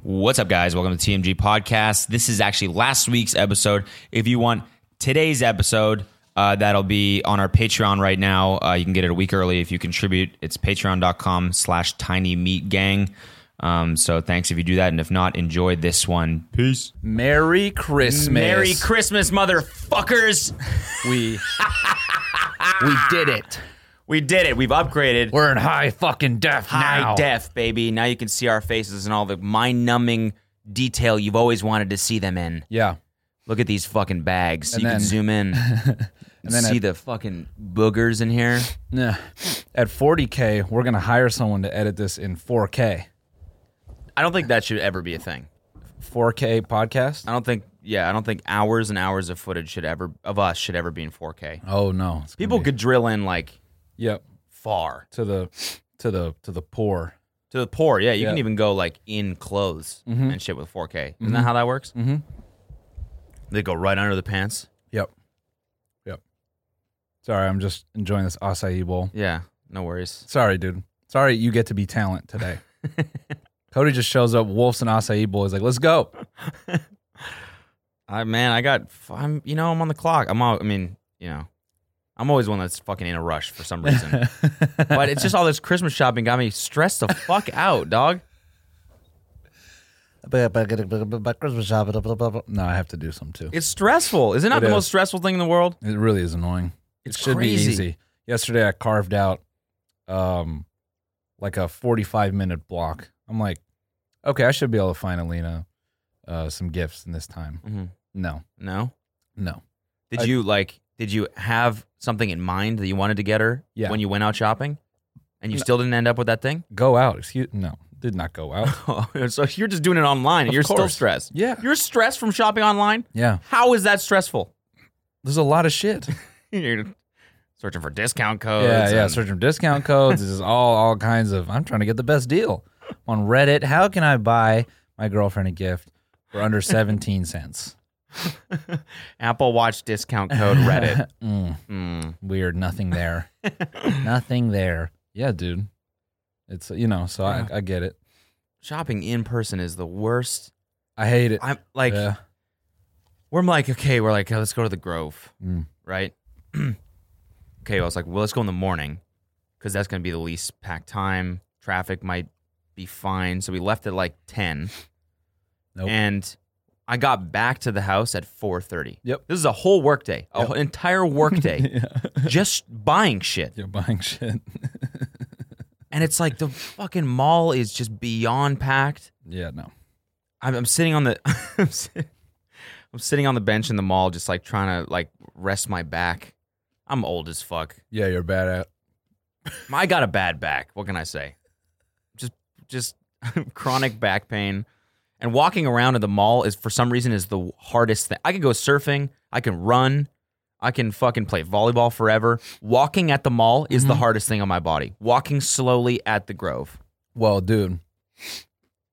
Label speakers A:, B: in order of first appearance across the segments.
A: What's up, guys? Welcome to TMG Podcast. This is actually last week's episode. If you want today's episode, uh, that'll be on our Patreon right now. Uh, you can get it a week early if you contribute. It's patreon.com slash tiny meat gang. Um, so thanks if you do that. And if not, enjoy this one. Peace.
B: Merry Christmas.
A: Merry Christmas, motherfuckers.
B: We we did it.
A: We did it. We've upgraded.
B: We're in high fucking def
A: high
B: now.
A: def, baby. Now you can see our faces and all the mind numbing detail you've always wanted to see them in.
B: Yeah.
A: Look at these fucking bags. you
B: then-
A: can zoom in and
B: then
A: see
B: I-
A: the fucking boogers in here.
B: Nah. At 40k, we're gonna hire someone to edit this in 4k.
A: I don't think that should ever be a thing.
B: 4k podcast.
A: I don't think, yeah, I don't think hours and hours of footage should ever, of us, should ever be in 4K.
B: Oh no. It's gonna
A: People
B: be-
A: could drill in like
B: Yep.
A: far
B: To the to the to the poor.
A: to the poor. Yeah, you
B: Yeah.
A: can even go like in clothes and shit with 4K. Isn't that how that works? Mm-hmm. They go right under the pants.
B: Yep. Yep. Sorry, I'm just enjoying this acai bowl.
A: Yeah, no worries.
B: Sorry, dude. Sorry, you get to be talent today. Cody just shows up, wolfs and acai bowl. He's like, let's go.
A: I man, I got. f- I'm you know I'm on the clock. I'm all. I mean you know, I'm always one that's fucking in a rush for some reason. but it's just all this Christmas shopping got me stressed the fuck out, dog.
B: Christmas shopping. No, I have to do some too.
A: It's stressful. Is it not
B: It
A: the most
B: is.
A: stressful thing in the world?
B: It really is annoying.
A: It's
B: it should
A: crazy.
B: be easy. Yesterday I carved out um like a 45 minute block. I'm like, okay, I should be able to find Alina uh some gifts in this time.
A: Mhm.
B: No.
A: No.
B: No.
A: Did
B: I-
A: you like? Did you have something in mind that you wanted to get her
B: Yeah.
A: when you went out shopping, and you still didn't end up with that thing?
B: Go out. Excuse no. Did not go out.
A: so you're just doing it online, and
B: Of
A: you're still
B: course.
A: stressed.
B: Yeah.
A: You're stressed from shopping online.
B: Yeah.
A: How is that stressful?
B: There's a lot of shit.
A: you're searching for discount codes.
B: yeah, yeah.
A: and-
B: Searching for discount codes. This is all all kinds of I'm trying to get the best deal. On Reddit, how can I buy my girlfriend a gift for under 17 cents?
A: Apple Watch discount code Reddit.
B: Mm.
A: Mm.
B: weird nothing there nothing there yeah dude it's you know so I, I get it
A: Shopping in person is the worst.
B: i hate it
A: I'm like,
B: yeah
A: we're like, okay, we're like, oh, let's go to the Grove,
B: Mm.
A: right? okay, I was like, well, let's go in the morning because that's going to be the least packed time. Traffic might be fine. So we left at like 10.
B: Nope.
A: And I got back to the house at 4.30.
B: Yep.
A: This is a whole workday, a whole entire workday,
B: yeah
A: just buying shit.
B: you're buying shit
A: And it's like the fucking mall is just beyond packed.
B: yeah no
A: I'm, I'm sitting on the, I'm, sit- I'm sitting on the bench in the mall, just like trying to like rest my back. I'm old as fuck.
B: yeah you're bad at
A: I got a bad back. What can I say? Just, just chronic back pain. And walking around in the mall is for some reason is the hardest thing. I can go surfing. I can run. I can fucking play volleyball forever. Walking at the mall is the hardest thing on my body. Walking slowly at the Grove.
B: well dude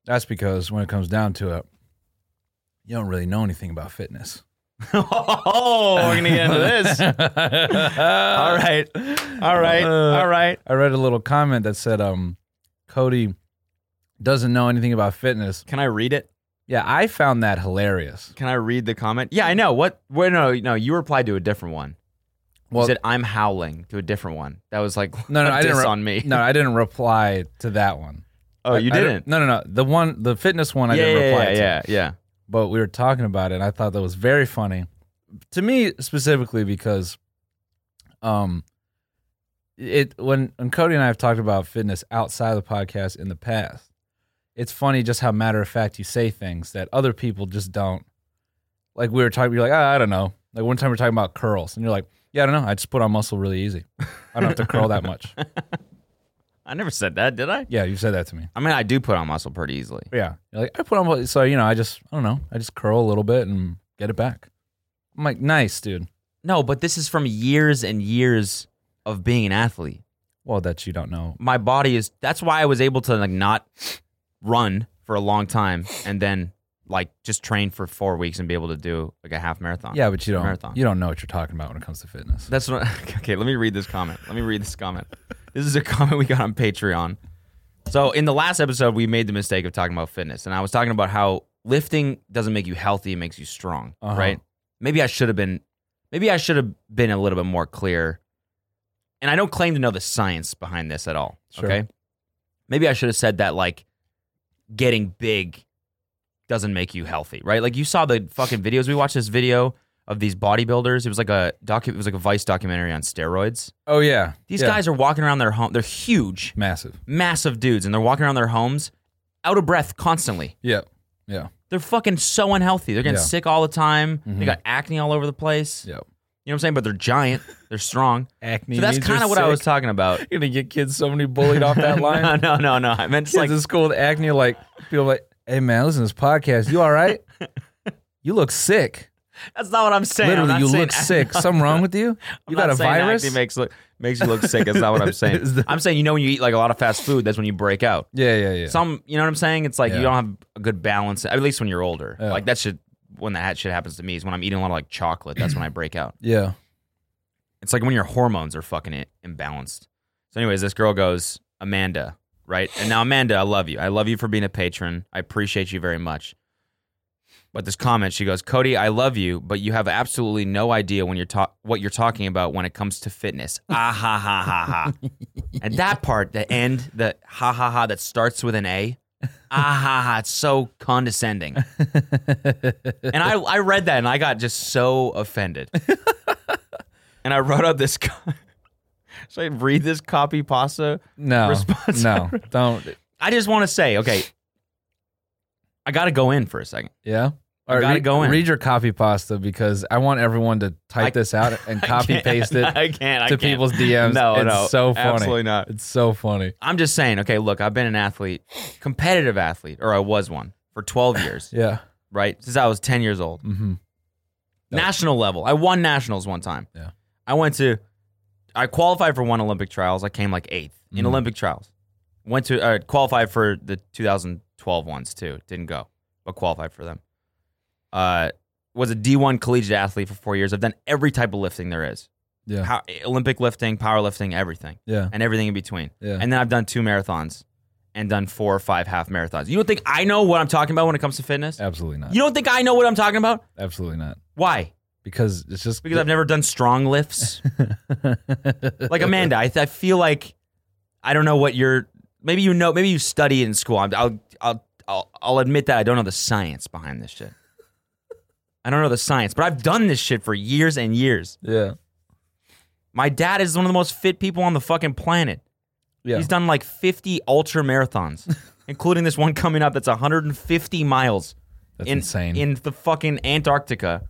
B: that's because when it comes down to it you don't really know anything about fitness
A: oh, we're gonna get into this. all right, all right, all right.
B: Uh, i read a little comment that said um cody doesn't know anything about fitness
A: Can I read it?
B: yeah i found that hilarious
A: Can I read the comment? Yeah, I know. What? Wait, no, no. You replied to a different one.
B: Well-
A: you said I'm howling to a different one. That was like
B: No, no,
A: a
B: I didn't
A: diss
B: re-
A: on me.
B: No, I didn't reply to that one.
A: oh, you
B: I
A: didn't.
B: No, no, no. The one, the fitness one, I
A: yeah,
B: didn't
A: yeah,
B: reply
A: yeah,
B: to.
A: yeah, yeah.
B: But we were talking about it, and I thought that was very funny. To me specifically, because, um, it when when Cody and I have talked about fitness outside of the podcast in the past, it's funny just how matter of fact you say things that other people just don't. Like we were talking, you're like, "Ah, I don't know. Like one time we are talking about curls, and you're like, yeah, I don't know. I just put on muscle really easy. I don't have to curl that much.
A: I never said that, did I?
B: Yeah, you said that to me.
A: I mean, I do put on muscle pretty easily.
B: Yeah. You're like, I put on what so you know, I just I don't know. I just curl a little bit and get it back. I'm like, nice, dude.
A: No, but this is from years and years of being an athlete.
B: Well, that you don't know.
A: my body is that's why I was able to like not run for a long time and then like just train for four weeks and be able to do like a half marathon.
B: Yeah, but you don't
A: Marathon.
B: you don't know what you're talking about when it comes to fitness.
A: That's what okay, let me read this comment. Let me read this comment. This is a comment we got on Patreon. So in the last episode, we made the mistake of talking about fitness, and I was talking about how lifting doesn't make you healthy; it makes you strong,
B: Uh-huh.
A: right? Maybe I should have been, maybe I should have been a little bit more clear. And I don't claim to know the science behind this at all.
B: Sure.
A: Okay, maybe I should have said that like getting big doesn't make you healthy, right? Like you saw the fucking videos. We watched this video of these bodybuilders. It was like a docu- It was like a Vice documentary on steroids.
B: Oh yeah,
A: These
B: Yeah.
A: guys are walking around their home. They're huge
B: massive.
A: massive dudes and they're walking around their homes out of breath constantly.
B: Yeah, yeah,
A: They're fucking so unhealthy. They're getting
B: Yeah.
A: sick all the time.
B: Mhm.
A: They got acne all over the place.
B: Yep.
A: You know what I'm saying? But they're giant. They're strong.
B: Acne.
A: so that's kind of what I was talking about.
B: You're gonna get kids so many bullied off that line.
A: no, no, no, no. I meant just
B: Kids
A: like
B: in school with acne, like people like, hey man, listen to this podcast. You all right? you look sick.
A: that's not what I'm saying. I'm
B: Literally,
A: not
B: you
A: saying
B: look
A: acne-
B: sick. Something wrong with you?
A: I'm
B: You
A: not
B: got a
A: saying
B: virus?
A: Acne makes look makes you look sick. That's not what I'm saying.
B: Is that-
A: I'm saying you know when you eat like a lot of fast food, that's when you break out.
B: yeah, yeah, yeah.
A: Some, you know what I'm saying? It's like
B: Yeah.
A: you don't have a good balance. At least when you're older,
B: Yeah.
A: like that should when that shit happens to me is when I'm eating a lot of like chocolate. That's when I break out.
B: yeah.
A: It's like when your hormones are fucking i- imbalanced. So, anyways, this girl goes, Amanda, right? And now, Amanda, I love you. I love you for being a patron. I appreciate you very much. But this comment, she goes, Cody, I love you, but you have absolutely no idea when you're ta- what you're talking about when it comes to fitness. Ah ha ha ha ha. and that part, the end, the ha ha ha that starts with an A. Ah ha ha, it's so condescending. And I, I read that and I got just so offended. and I wrote out this. Co- Should I read this copy pasta?
B: no,
A: Response-
B: no, don't.
A: I just want to say, okay, I got to go in for a second.
B: Yeah.
A: You gotta
B: read,
A: go in.
B: read your copy pasta because I want everyone to type
A: I-
B: this out and copy
A: I can't-
B: paste it
A: I can't. I
B: to
A: can't.
B: people's DMs.
A: No,
B: it's
A: no,
B: so funny.
A: Absolutely not.
B: It's so funny.
A: I'm just saying, okay, look, I've been an athlete, competitive athlete, or I was one for 12 years,
B: Yeah.
A: right? Since I was 10 years old.
B: Mm-hmm. Nope.
A: National level. I won nationals one time.
B: Yeah.
A: I went to I qualified for one Olympic trials. I came like 8th in
B: Mhm.
A: Olympic trials. Went to uh, qualified for the 2012 ones too. Didn't go, but qualified for them. Uh was a D1 collegiate athlete for 4 years. I've done every type of lifting there is.
B: Yeah.
A: Pow- Olympic lifting, powerlifting, everything.
B: Yeah.
A: And everything in between.
B: Yeah.
A: And then I've done two marathons and done four or five half marathons. You don't think I know what I'm talking about when it comes to fitness?
B: Absolutely not.
A: You don't think I know what I'm talking about?
B: Absolutely not.
A: Why?
B: Because it's just
A: because I've never done strong lifts. like Amanda, I, I feel like I don't know what you're. Maybe you know. Maybe you study in school. I'm, I'll I'll I'll I'll admit that I don't know the science behind this shit. I don't know the science, but I've done this shit for years and years.
B: Yeah.
A: My dad is one of the most fit people on the fucking planet.
B: Yeah.
A: He's done like 50 ultra marathons, including this one coming up that's 150 miles
B: That's
A: in
B: insane.
A: in the fucking Antarctica.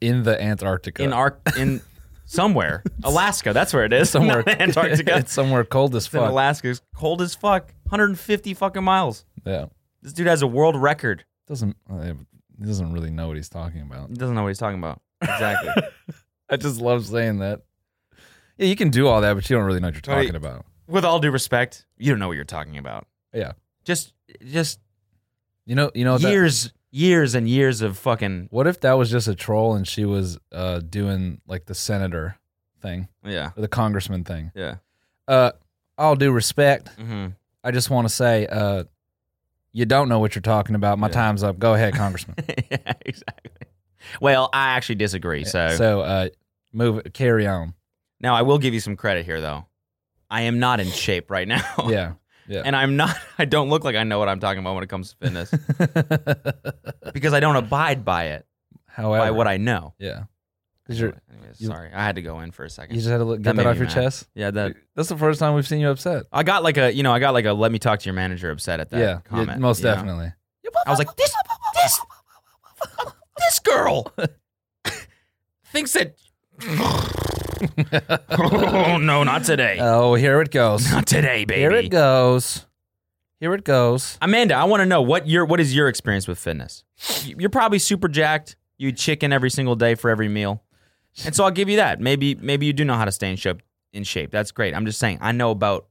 B: in the Antarctica.
A: in Ar- in somewhere Alaska. That's where it is.
B: somewhere
A: Not Antarctica.
B: it's
A: it's
B: somewhere cold as
A: in
B: fuck.
A: Alaska. It's cold as fuck. 150 fucking miles.
B: yeah.
A: This dude has a world record.
B: Doesn't uh, he doesn't really know what he's talking about.
A: He doesn't know what he's talking about. Exactly.
B: I just love saying that. Yeah, you can do all that, but you don't really know what you're
A: Tony-
B: talking about.
A: With all due respect, you don't know what you're talking about.
B: Yeah.
A: Just just
B: You know, you know what that-
A: years, years and years of fucking
B: What if that was just a troll and she was uh, doing like the senator thing
A: yeah.
B: or the congressman thing?
A: Yeah.
B: Uh, all due respect,
A: Mhm.
B: I just want to say uh, you don't know what you're talking about. My
A: Yeah.
B: time's up. Go ahead, Congressman.
A: yeah, exactly. Well, I actually disagree. So,
B: so uh, move, carry on.
A: now I will give you some credit here though. I am not in shape right now.
B: Yeah, yeah.
A: And I'm not I don't look like I know what I'm talking about when it comes to fitness. because I don't abide by it,
B: However,
A: by what I know.
B: yeah, because you're
A: Anyways,
B: you-
A: sorry, I had to go in for a
B: you
A: second.
B: just had to look,
A: That
B: get that,
A: made
B: off
A: me
B: your
A: mad.
B: chest.
A: Yeah, that
B: That's the first time we've seen you upset.
A: I got like a you know I got like a let me talk to your manager upset at that
B: yeah, yeah,
A: comment.
B: most
A: you know?
B: definitely.
A: I was like this this this girl thinks that. oh no, not today,
B: Oh, here it goes.
A: not today,
B: Here
A: baby.
B: it goes. Here it goes.
A: Amanda, I want to know what your what is your experience with fitness? You're probably super jacked. You eat chicken every single day for every meal, and so I'll give you that. Maybe maybe you do know how to stay in shape. In shape, that's great. I'm just saying, I know about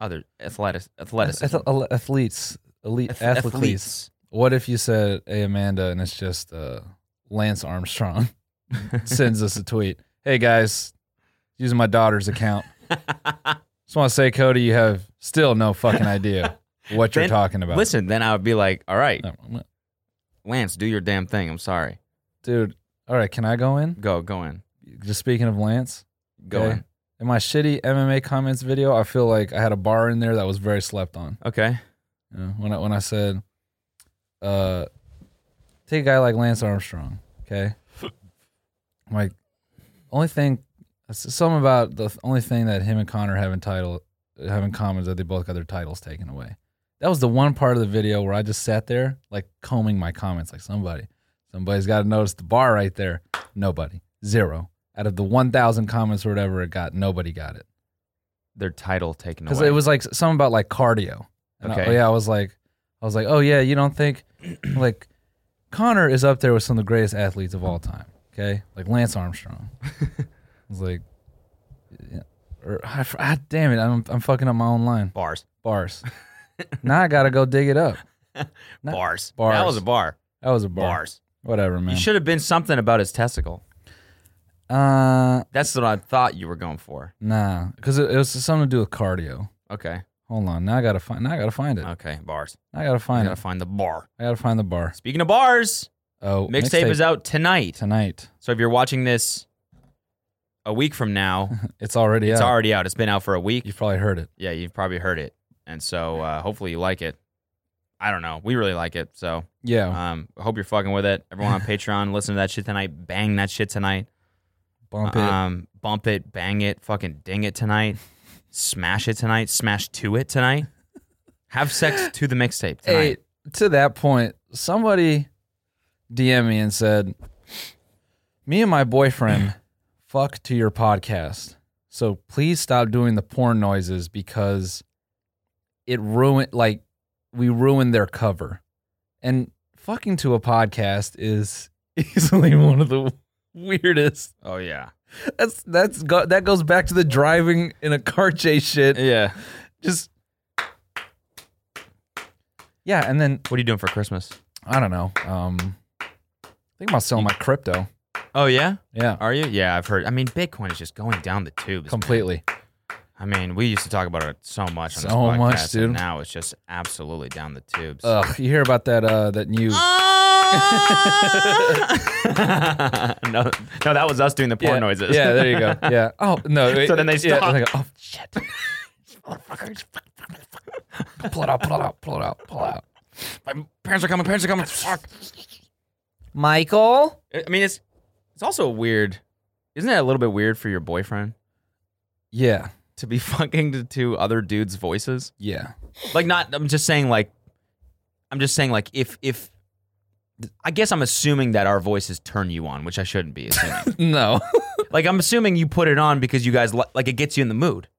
A: other athletic athleticism.
B: Ath- al- athletes, elite
A: Ath-
B: athletes. What if you said, "Hey Amanda," and it's just uh, Lance Armstrong sends us a tweet. Hey guys, using my daughter's account. Just want to say, Cody, you have still no fucking idea what you're
A: Then-
B: talking about.
A: Listen, then I would be like, all right,
B: No, I'm not-
A: Lance, do your damn thing. I'm sorry.
B: dude. All right, can I go in?
A: Go, go in.
B: Just speaking of Lance,
A: Go
B: okay?
A: in.
B: In my shitty MMA comments video, I feel like I had a bar in there that was very slept on.
A: Okay.
B: You know, when I when I said, uh, take a guy like Lance Armstrong, okay? I'm like, only thing, something about the only thing that him and Connor have in title have in common is that they both got their titles taken away. That was the one part of the video where I just sat there like combing my comments, like somebody, somebody's got to notice the bar right there. Nobody, zero out of the one thousand comments or whatever it got, nobody got it
A: Their title taken
B: because
A: away.
B: it was like something about like cardio. And I-
A: Okay.
B: yeah, I was like, I was like, oh yeah, you don't think like Connor is up there with some of the greatest athletes of all time? Okay, like Lance Armstrong. I was like, yeah, or I, f- ah, damn it, I'm I'm fucking up my own line
A: bars.
B: bars. now I gotta go dig it up. No.
A: Bars. That
B: Bars.
A: was a bar.
B: That was a bar.
A: Bars.
B: Whatever, man.
A: You should have been something about his testicle.
B: uh,
A: That's what I thought you were going for.
B: nah, because it, it was something to do with cardio.
A: Okay.
B: Hold on, now I gotta find. Now I gotta find it.
A: Okay. Bars.
B: Now I gotta
A: I
B: find
A: gotta
B: it.
A: find the bar.
B: I gotta find the bar.
A: Speaking of bars,
B: Oh,
A: mixtape is out tonight.
B: tonight.
A: So if you're watching this a week from now,
B: It's already
A: it's
B: out.
A: already out. It's been out for a week.
B: You've probably heard it.
A: Yeah, you've probably heard it, and so uh, hopefully you like it. I don't know. We really like it, so
B: Yeah.
A: um, I hope you're fucking with it. Everyone on Patreon, listen to that shit tonight. Bang that shit tonight.
B: Bump it.
A: Um, bump it, bang it, fucking ding it tonight. Smash it tonight. Smash to it tonight. Have sex to the mixtape tonight.
B: Hey, to that point, somebody DM me and said, Me and my boyfriend fuck to your podcast. So please stop doing the porn noises because it ruined like we ruined their cover. And fucking to a podcast is easily one of the weirdest.
A: Oh yeah,
B: That's that's go, that goes back to the driving in a car chase shit.
A: yeah.
B: just yeah and then
A: What are you doing for Christmas?
B: i don't know um think about selling my crypto
A: Oh yeah,
B: yeah
A: are you? Yeah, I've heard. I mean, Bitcoin is just going down the tubes. man.
B: completely
A: I mean, we used to talk about it so much on this
B: So
A: podcast,
B: much, dude.
A: and now it's just absolutely down the tubes.
B: ugh you hear about that uh that new
A: Oh. Ah! no, no, that was us doing the porn
B: yeah,
A: noises.
B: yeah there you go yeah oh no
A: So then they
B: yeah,
A: stop.
B: they go, oh shit pull it out pull it out pull it out pull it out
A: My parents are coming. Parents are coming. Fuck.
B: michael
A: I mean, it's it's also weird, isn't it? A little bit weird for your boyfriend
B: yeah
A: to be fucking to two other dudes' voices.
B: yeah
A: Like, not. I'm just saying. Like, I'm just saying. Like, if if I guess I'm assuming that our voices turn you on, which I shouldn't be assuming.
B: no
A: Like I'm assuming you put it on because you guys li- like it gets you in the mood.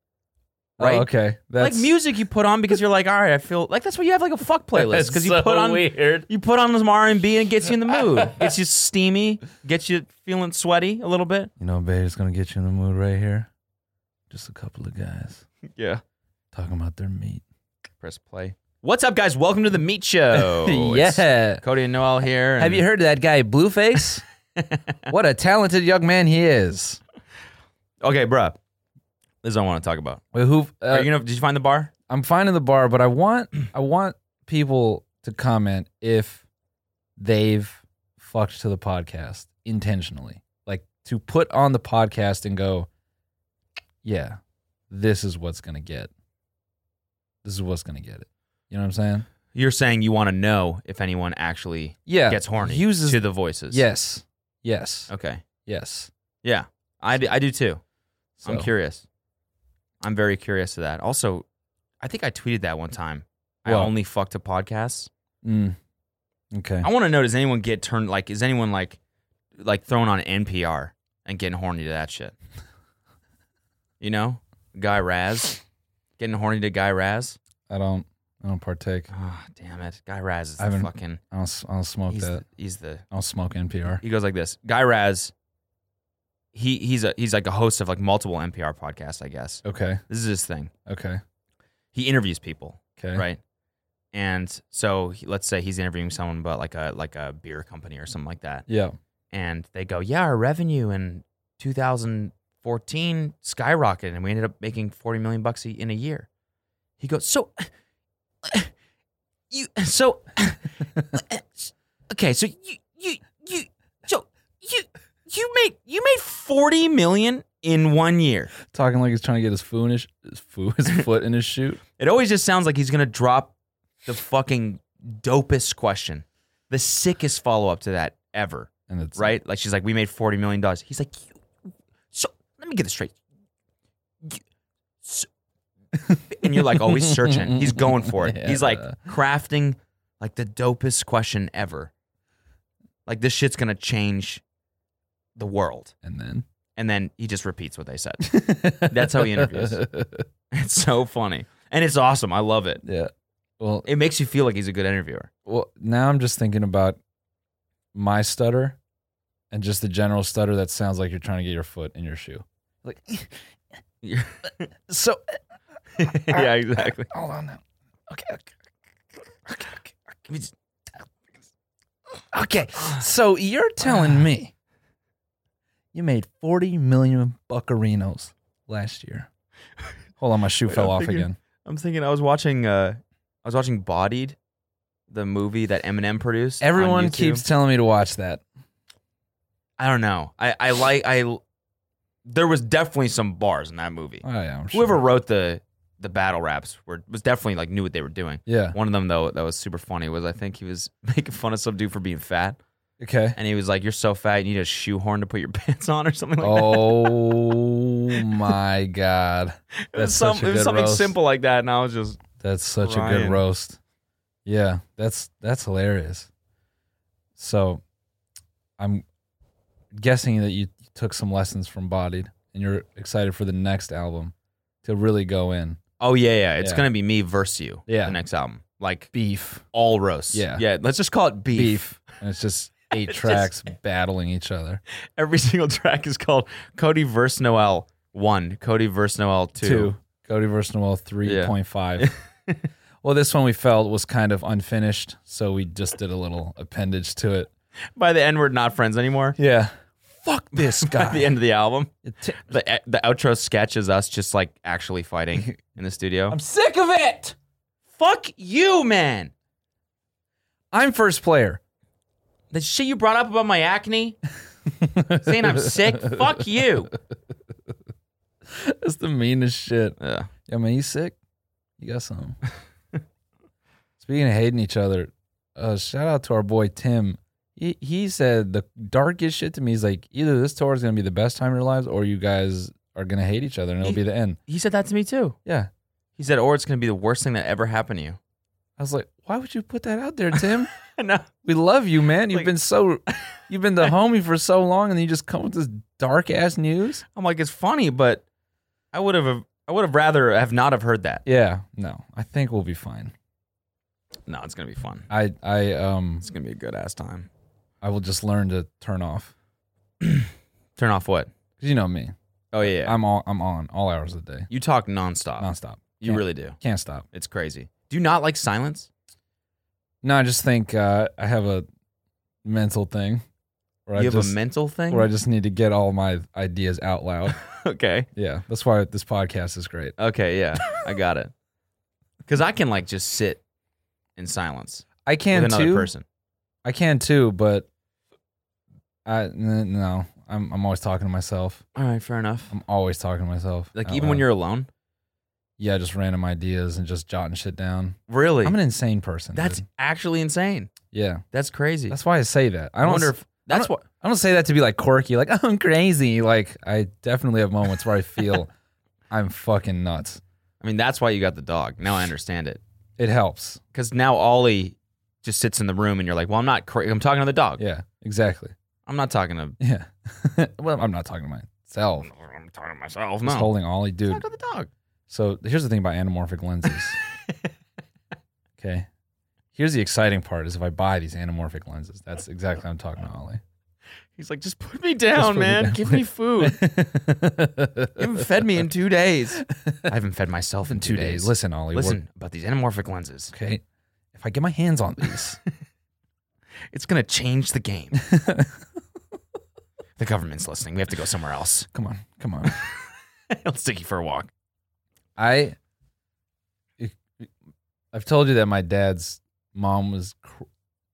A: Right?
B: oh, okay that's
A: like music you put on because you're like, all right, I feel like that's why you have like a fuck playlist
B: that's
A: because you
B: so
A: put on
B: weird
A: you put on some R and B and it gets you in the mood. gets you steamy, gets you feeling sweaty a little bit.
B: you know babe it's gonna get you in the mood right here just a couple of guys
A: Yeah.
B: talking about their meat.
A: Press play. What's up, guys? Welcome to the Meat Show. Oh, It's Cody and Noel here. and-
B: heard of that guy, Blueface? what a talented young man he is.
A: Okay, bruh. This is what I want to talk about.
B: Wait, who? Uh,
A: Are you gonna, did you find the bar?
B: I'm finding the bar, but I want I want people to comment if they've fucked to the podcast intentionally, like to put on the podcast and go, yeah, this is what's gonna get. This is what's gonna get it. You know what I'm saying?
A: You're saying you want to know if anyone actually
B: Yeah.
A: gets horny
B: Uses
A: to the voices.
B: yes, yes,
A: Okay.
B: yes.
A: Yeah. I do, I do too. I'm
B: So-
A: curious. I'm very curious to that. Also, I think I tweeted that one time. I
B: What?
A: only fuck to podcasts.
B: Mm. Okay.
A: I want to know does anyone get turned like is anyone like like thrown on NPR and getting horny to that shit? You know? Guy Raz. Getting horny to Guy Raz.
B: I don't. I don't partake.
A: Ah, damn it. Guy Raz is
B: I
A: the
B: haven't-
A: fucking
B: I don't. s- I don't smoke
A: he's
B: that.
A: the, he's the
B: I don't smoke NPR.
A: he goes like this. Guy Raz he he's a he's like a host of like multiple NPR podcasts, I guess.
B: Okay.
A: This is his thing.
B: Okay.
A: He interviews people.
B: Okay.
A: right? And so he- let's say he's interviewing someone about like a like a beer company or something like that,
B: Yeah.
A: and they go, "Yeah, our revenue in 2000 14 skyrocketed and we ended up making 40 million bucks a- in a year. He goes, "So you so okay, so you you you so you you made you made 40 million in one year."
B: Talking like he's trying to get his foot in his, his, foot, his foot in his shoe.
A: It always just sounds like he's gonna drop the fucking dopest question, the sickest follow up to that ever,
B: And it's
A: right? Like she's like, "We made forty million dollars." He's like, "You- "So let me get this straight." You- so- and you're like, "Oh, he's searching. He's going for it. He's like
B: Yeah.
A: crafting like the dopest question ever. Like this shit's gonna change the world."
B: And then
A: And then he just repeats what they said. That's how he interviews. It's so funny, and it's awesome. I love it.
B: yeah. Well,
A: It makes you feel like he's a good interviewer.
B: well, now I'm just thinking about my stutter and just the general stutter that sounds like you're trying to get your foot in your shoe. Like, so
A: yeah, exactly.
B: hold on now. Okay, okay, okay, okay. Okay, so you're telling me you made 40 million buccarinos last year. Hold on, my shoe
A: Wait,
B: fell
A: I'm
B: off
A: thinking-
B: again.
A: I'm thinking I was watching uh I was watching Bodied, the movie that Eminem produced. on
B: Everyone
A: YouTube.
B: keeps telling me to watch that.
A: I don't know. I I like I there was definitely some bars in that movie.
B: Oh yeah, I'm
A: Whoever
B: sure.
A: wrote the the battle raps were was definitely like knew what they were doing.
B: Yeah.
A: One of them though that was super funny was I think he was making fun of some dude for being fat
B: Okay.
A: and he was like you're so fat you need a shoehorn to put your pants on or something like that.
B: Oh my god,
A: It was,
B: that's
A: some,
B: such a
A: it was
B: good
A: something
B: roast.
A: simple like that and I was just
B: that's such a good
A: Ryan.
B: roast. Yeah, that's that's hilarious. So, I'm guessing that you took some lessons from Bodied, and you're excited for the next album to really go in
A: Oh yeah, yeah. It's
B: Yeah.
A: gonna be me versus you.
B: Yeah.
A: the next album, like
B: beef,
A: all roasts.
B: Yeah.
A: yeah. Let's just call it beef.
B: beef, and it's just eight
A: It's
B: tracks battling each other.
A: Every single track is called Cody versus Noel one, Cody versus Noel two.
B: Cody versus Noel three point five. Well, this one we felt was kind of unfinished, so we just did a little appendage to it.
A: By the end, we're not friends anymore.
B: Yeah. Fuck this
A: By the end of the album,
B: It ti-
A: the eh, the outro sketch is us just like actually fighting in the studio.
B: sick of it.
A: Fuck you, man.
B: I'm first player.
A: The shit you brought up about my acne, saying I'm sick. Fuck you.
B: That's the meanest shit.
A: Yeah.
B: Yeah, man, you sick? You got something. Speaking of hating each other, uh, shout out to our boy Tim. He, he said the darkest shit to me is like either this tour is gonna be the best time of your lives or you guys are gonna hate each other and it'll
A: He-
B: be the end.
A: He said that to me too.
B: Yeah.
A: He said, or it's gonna be the worst thing that ever happened to you.
B: I was like, why would you put that out there, Tim?
A: no.
B: we love you, man. You've
A: Like-
B: been so you've been the homie for so long and then you just come with this dark ass news.
A: I'm like, it's funny, but I would have I would have rather have not have heard that.
B: Yeah, no. I think we'll be fine.
A: No, it's gonna be fun.
B: I I um
A: It's gonna be a good ass time.
B: I will just learn to turn off.
A: Turn off what?
B: 'Cause you know me.
A: Oh yeah, yeah.
B: I'm all I'm on all hours of the day.
A: you talk nonstop.
B: Nonstop.
A: You
B: Yeah.
A: really do.
B: Can't stop.
A: It's crazy. Do you not like silence?
B: No, I just think uh, I have a mental thing where
A: you
B: I
A: have
B: just
A: a mental thing.
B: where I just need to get all my ideas out loud.
A: okay.
B: yeah. That's why this podcast is great.
A: Okay. Yeah, I got it. Because I can like just sit in silence
B: I can
A: with another
B: too.
A: person.
B: I can too, but I n- no. I'm I'm always talking to myself.
A: All right, fair enough.
B: I'm always talking to myself.
A: Like
B: out
A: even when
B: loud.
A: you're alone.
B: yeah, just random ideas and just jotting shit down.
A: Really?
B: I'm an insane person.
A: that's
B: dude.
A: actually insane.
B: yeah.
A: That's crazy.
B: That's why I say that. I don't
A: wonder
B: s-
A: if that's what.
B: I don't say that to be like quirky, like "Oh, I'm crazy. Like I definitely have moments where I feel I'm fucking nuts.
A: I mean, that's why you got the dog. Now I understand it.
B: It helps.
A: because now Ollie just sits in the room and you're like, well, I'm not, cra- I'm talking to the dog.
B: Yeah, exactly.
A: I'm not talking to,
B: Yeah. well, I'm not talking to myself.
A: I'm talking to myself.
B: Just
A: No,
B: holding Ollie,
A: talk
B: dude.
A: to the dog.
B: So here's the thing about anamorphic lenses. okay. Here's the exciting part: is if I buy these anamorphic lenses, that's exactly what I'm talking to Ollie.
A: He's like, just put me down,
B: put me
A: man.
B: down.
A: Give me food. you haven't fed me in two days. I haven't fed myself in
B: In two days.
A: Listen,
B: Listen, Ollie. we're-
A: listen about these anamorphic lenses.
B: Okay. If I get my hands on these,
A: It's gonna change the game. The government's listening. We have to go somewhere else.
B: Come on, come on.
A: Let's take you for a walk.
B: I, I've told you that my dad's mom was cr-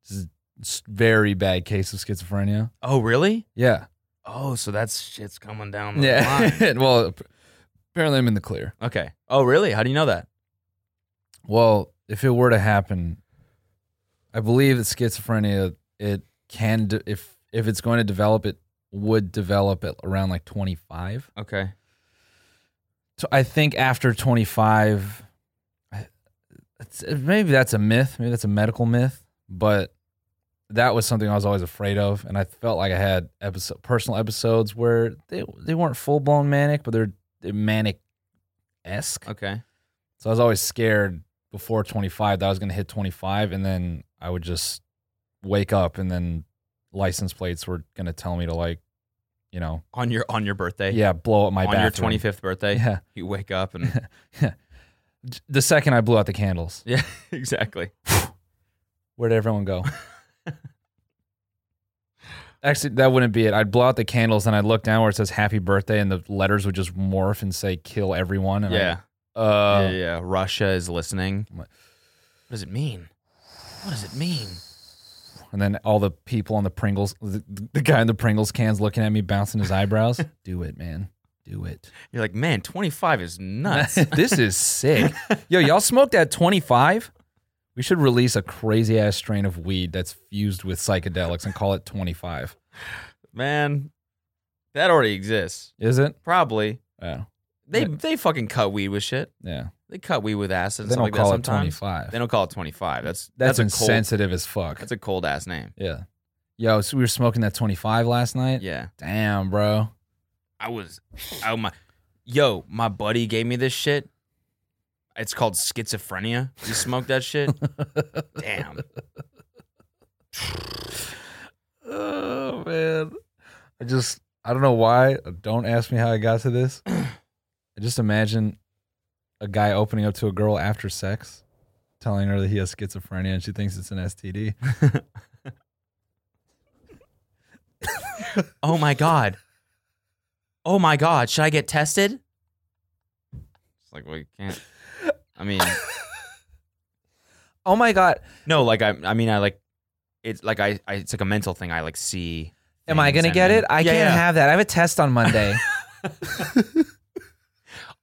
B: s- s- very bad case of schizophrenia.
A: Oh, really?
B: Yeah,
A: Oh, so that's shit's coming down the line.
B: yeah. well, apparently I'm in the clear.
A: Okay. Oh, really? How do you know that?
B: Well, if it were to happen, I believe that schizophrenia it can de- if if it's going to develop it would develop at around like 25.
A: Okay.
B: So I think after 25 I- it's, maybe that's a myth, maybe that's a medical myth, but that was something I was always afraid of and I felt like I had episode personal episodes where they they weren't full-blown manic, but they're, they're manic-esque.
A: Okay.
B: So I was always scared before 25 that I was going to hit 25 and then I would just wake up and then license plates were going to tell me to like, you know,
A: On your on your birthday.
B: yeah, blow up my
A: on your
B: bathroom.
A: twenty fifth birthday,
B: Yeah.
A: you wake up and
B: J- The second I blew out the candles,
A: yeah, exactly.
B: where did everyone go? Actually, that wouldn't be it. I'd blow out the candles and I'd look down where it says happy birthday and the letters would just morph and say kill everyone. And
A: Yeah.
B: I, uh,
A: yeah, yeah. Russia is listening.
B: I'm
A: What
B: like-
A: does it mean? What does it mean?
B: And then all the people on the Pringles, the, the guy in the Pringles cans looking at me, bouncing his eyebrows. Do it, man. Do it.
A: You're like, man, twenty five is nuts.
B: this is sick. Yo, y'all smoked at 25? We should release a crazy ass strain of weed that's fused with psychedelics and call it 25.
A: man, that already exists.
B: Is it?
A: Probably.
B: Oh,
A: They
B: Yeah.
A: they fucking cut weed with shit.
B: yeah.
A: They cut weed with acid
B: They
A: and stuff
B: don't
A: like that
B: call it
A: sometimes.
B: 25.
A: They don't call it twenty five. That's
B: that's
A: that's, a cold
B: insensitive as fuck.
A: that's a cold ass name.
B: yeah. Yo, so we were smoking that 25 last night?
A: Yeah.
B: Damn, bro.
A: I was, oh my, yo, my buddy gave me this shit. It's called schizophrenia. You smoke that shit? Damn.
B: Oh man. I just I don't know why. Don't ask me how I got to this. I just imagine a guy opening up to a girl after sex, telling her that he has schizophrenia and she thinks it's an STD.
A: Oh my god. Oh my god. Should I get tested? It's like well, you can't. I mean,
B: Oh my god.
A: no. Like I, I mean, I like. It's like I, I. It's like a mental thing. I like see.
B: Am I
A: things
B: gonna
A: and
B: get
A: then-
B: it? I
A: Yeah,
B: can't
A: yeah.
B: have that. I have a test on Monday.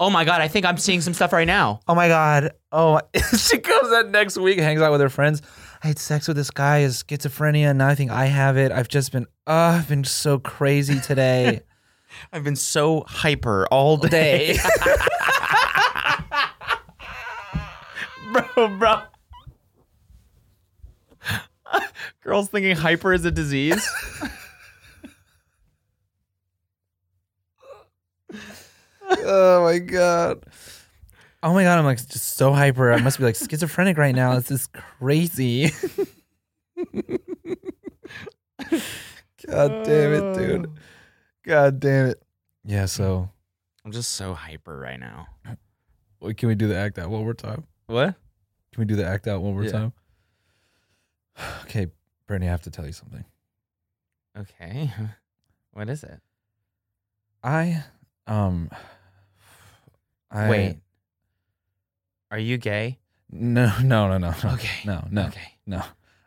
A: Oh my god! I think I'm seeing some stuff right now.
B: oh my god. Oh my- she comes that next week, hangs out with her friends. I had sex with this guy, his schizophrenia, and now I think I have it. I've just been uh I've been so crazy today.
A: I've been so hyper all day. bro, bro. Girls thinking hyper is a disease.
B: oh my god. Oh my god, I'm like just so hyper. I must be like schizophrenic right now. This is crazy. god damn it, dude. God damn it. Yeah, so
A: I'm just so hyper right now.
B: wait, can we do the act out one more time?
A: What?
B: Can we do the act out one more
A: Yeah.
B: time? Okay, Brittany, I have to tell you something.
A: Okay. What is it?
B: I um I
A: Wait. Are you gay?
B: No, no, no, no. no.
A: Okay.
B: No, no.
A: Okay.
B: No.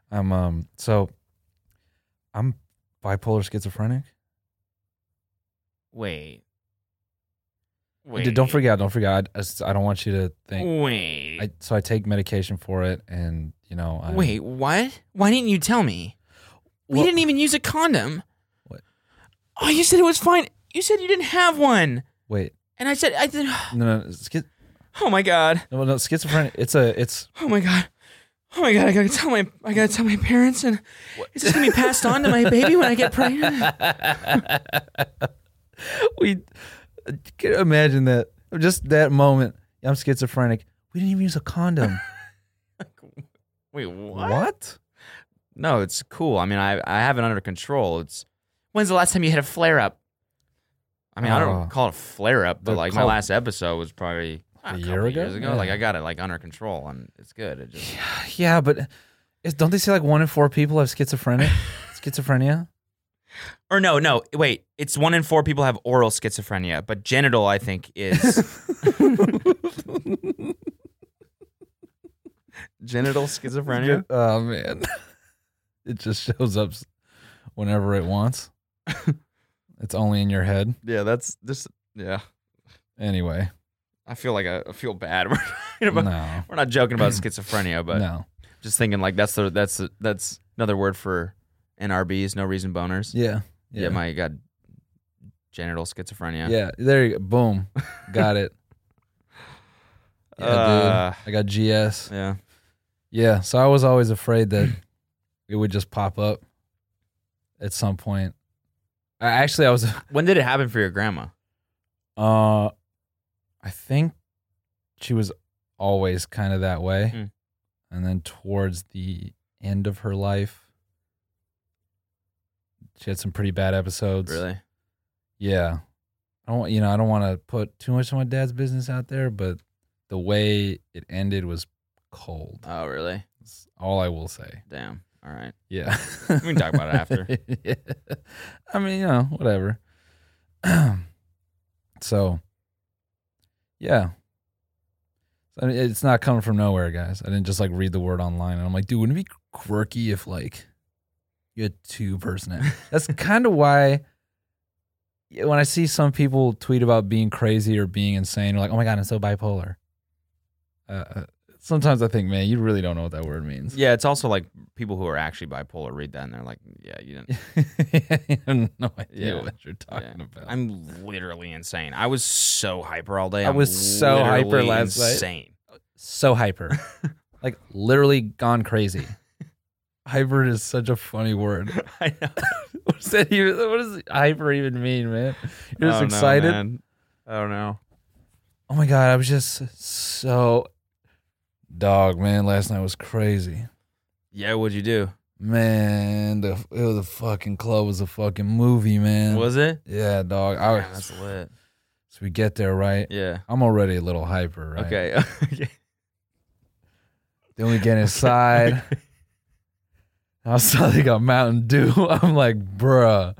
B: I'm um so I'm bipolar schizophrenic.
A: Wait. Wait.
B: Dude, don't forget, don't forget. I, I s- I don't want you to think.
A: Wait.
B: I, so I take medication for it, and you know, I,
A: Wait, what? Why didn't you tell me? we
B: Well-
A: didn't even use a condom.
B: What?
A: Oh, you said it was fine. You said you didn't have one.
B: wait,
A: And I said, I did.
B: no, no, no, schi-
A: Oh my god.
B: no, no, schizophrenia. It's a, it's
A: Oh my god. Oh my god. I gotta tell my. I gotta tell my parents. And is this gonna be passed on to my baby when I get pregnant?
B: we. Can you imagine that? Just that moment. I'm schizophrenic. We didn't even use a condom.
A: Wait,
B: what?
A: No, it's cool. I mean, I I have it under control. It's when's the last time you had a flare up? I mean, I
B: Oh.
A: don't call it a flare up, but
B: They're
A: like my
B: called-
A: last episode was probably
B: A
A: ah,
B: year
A: couple
B: ago?
A: Years ago,
B: Yeah.
A: like I got it like under control, and it's good. It just
B: Yeah, but it's, don't they say like one in four people have schizophrenic schizophrenia?
A: Or no, no, wait. It's one in four people have oral schizophrenia, but genital, I think, is genital schizophrenia.
B: Oh man, it just shows up s- whenever it wants. it's only in your head.
A: Yeah, that's this. Yeah,
B: Anyway,
A: I feel like I, I feel bad. We're, talking about-
B: no,
A: we're not joking about schizophrenia, but
B: no.
A: just thinking like that's the that's the, that's another word for NRBs, no reason boners.
B: Yeah,
A: Yeah, my god, genital schizophrenia.
B: Yeah, there you go. Boom, got it. Yeah,
A: Uh,
B: dude. I got GS.
A: yeah.
B: Yeah, so I was always afraid that it would just pop up at some point. I actually I was
A: When did it happen for your grandma?
B: Uh, I think she was always kind of that way,
A: Mm.
B: and then towards the end of her life, she had some pretty bad episodes.
A: Really?
B: Yeah. I don't. You know, I don't want to put too much of my dad's business out there, but the way it ended was cold.
A: Oh, really?
B: That's all I will say.
A: Damn. All right.
B: Yeah.
A: can talk about it after.
B: Yeah. I mean, you know, whatever. so, yeah. So, I mean, it's not coming from nowhere, guys. I didn't just like read the word online and I'm like, dude, wouldn't it be quirky if like you had two personalities? That's kind of why yeah, when I see some people tweet about being crazy or being insane, they're like, oh my God, I'm so bipolar. Uh, Uh, sometimes I think, man, you really don't know what that word means.
A: Yeah, it's also like people who are actually bipolar read that and they're like, yeah, you didn't.
B: I have no idea
A: Yeah.
B: what you're talking
A: Yeah.
B: about.
A: I'm literally insane. I was so hyper all day.
B: I
A: I'm
B: was so hyper
A: literally
B: last night.
A: Insane.
B: so hyper, like literally gone crazy. hyper is such a funny word.
A: I know.
B: what, does that even, what does hyper even mean, man?
A: I
B: You're just
A: don't know,
B: excited.
A: Oh, man. I don't know.
B: oh my god, I was just so dog man. Last night was crazy.
A: Yeah, what'd you do?
B: Man, the it was a fucking club was a fucking movie, man.
A: Was it?
B: yeah, Oh. dog. I
A: Man,
B: was,
A: that's lit.
B: so we get there, right?
A: Yeah.
B: I'm already a little hyper, right?
A: Okay. Okay.
B: Then we get inside. I saw they got Mountain Dew. I'm like, bruh.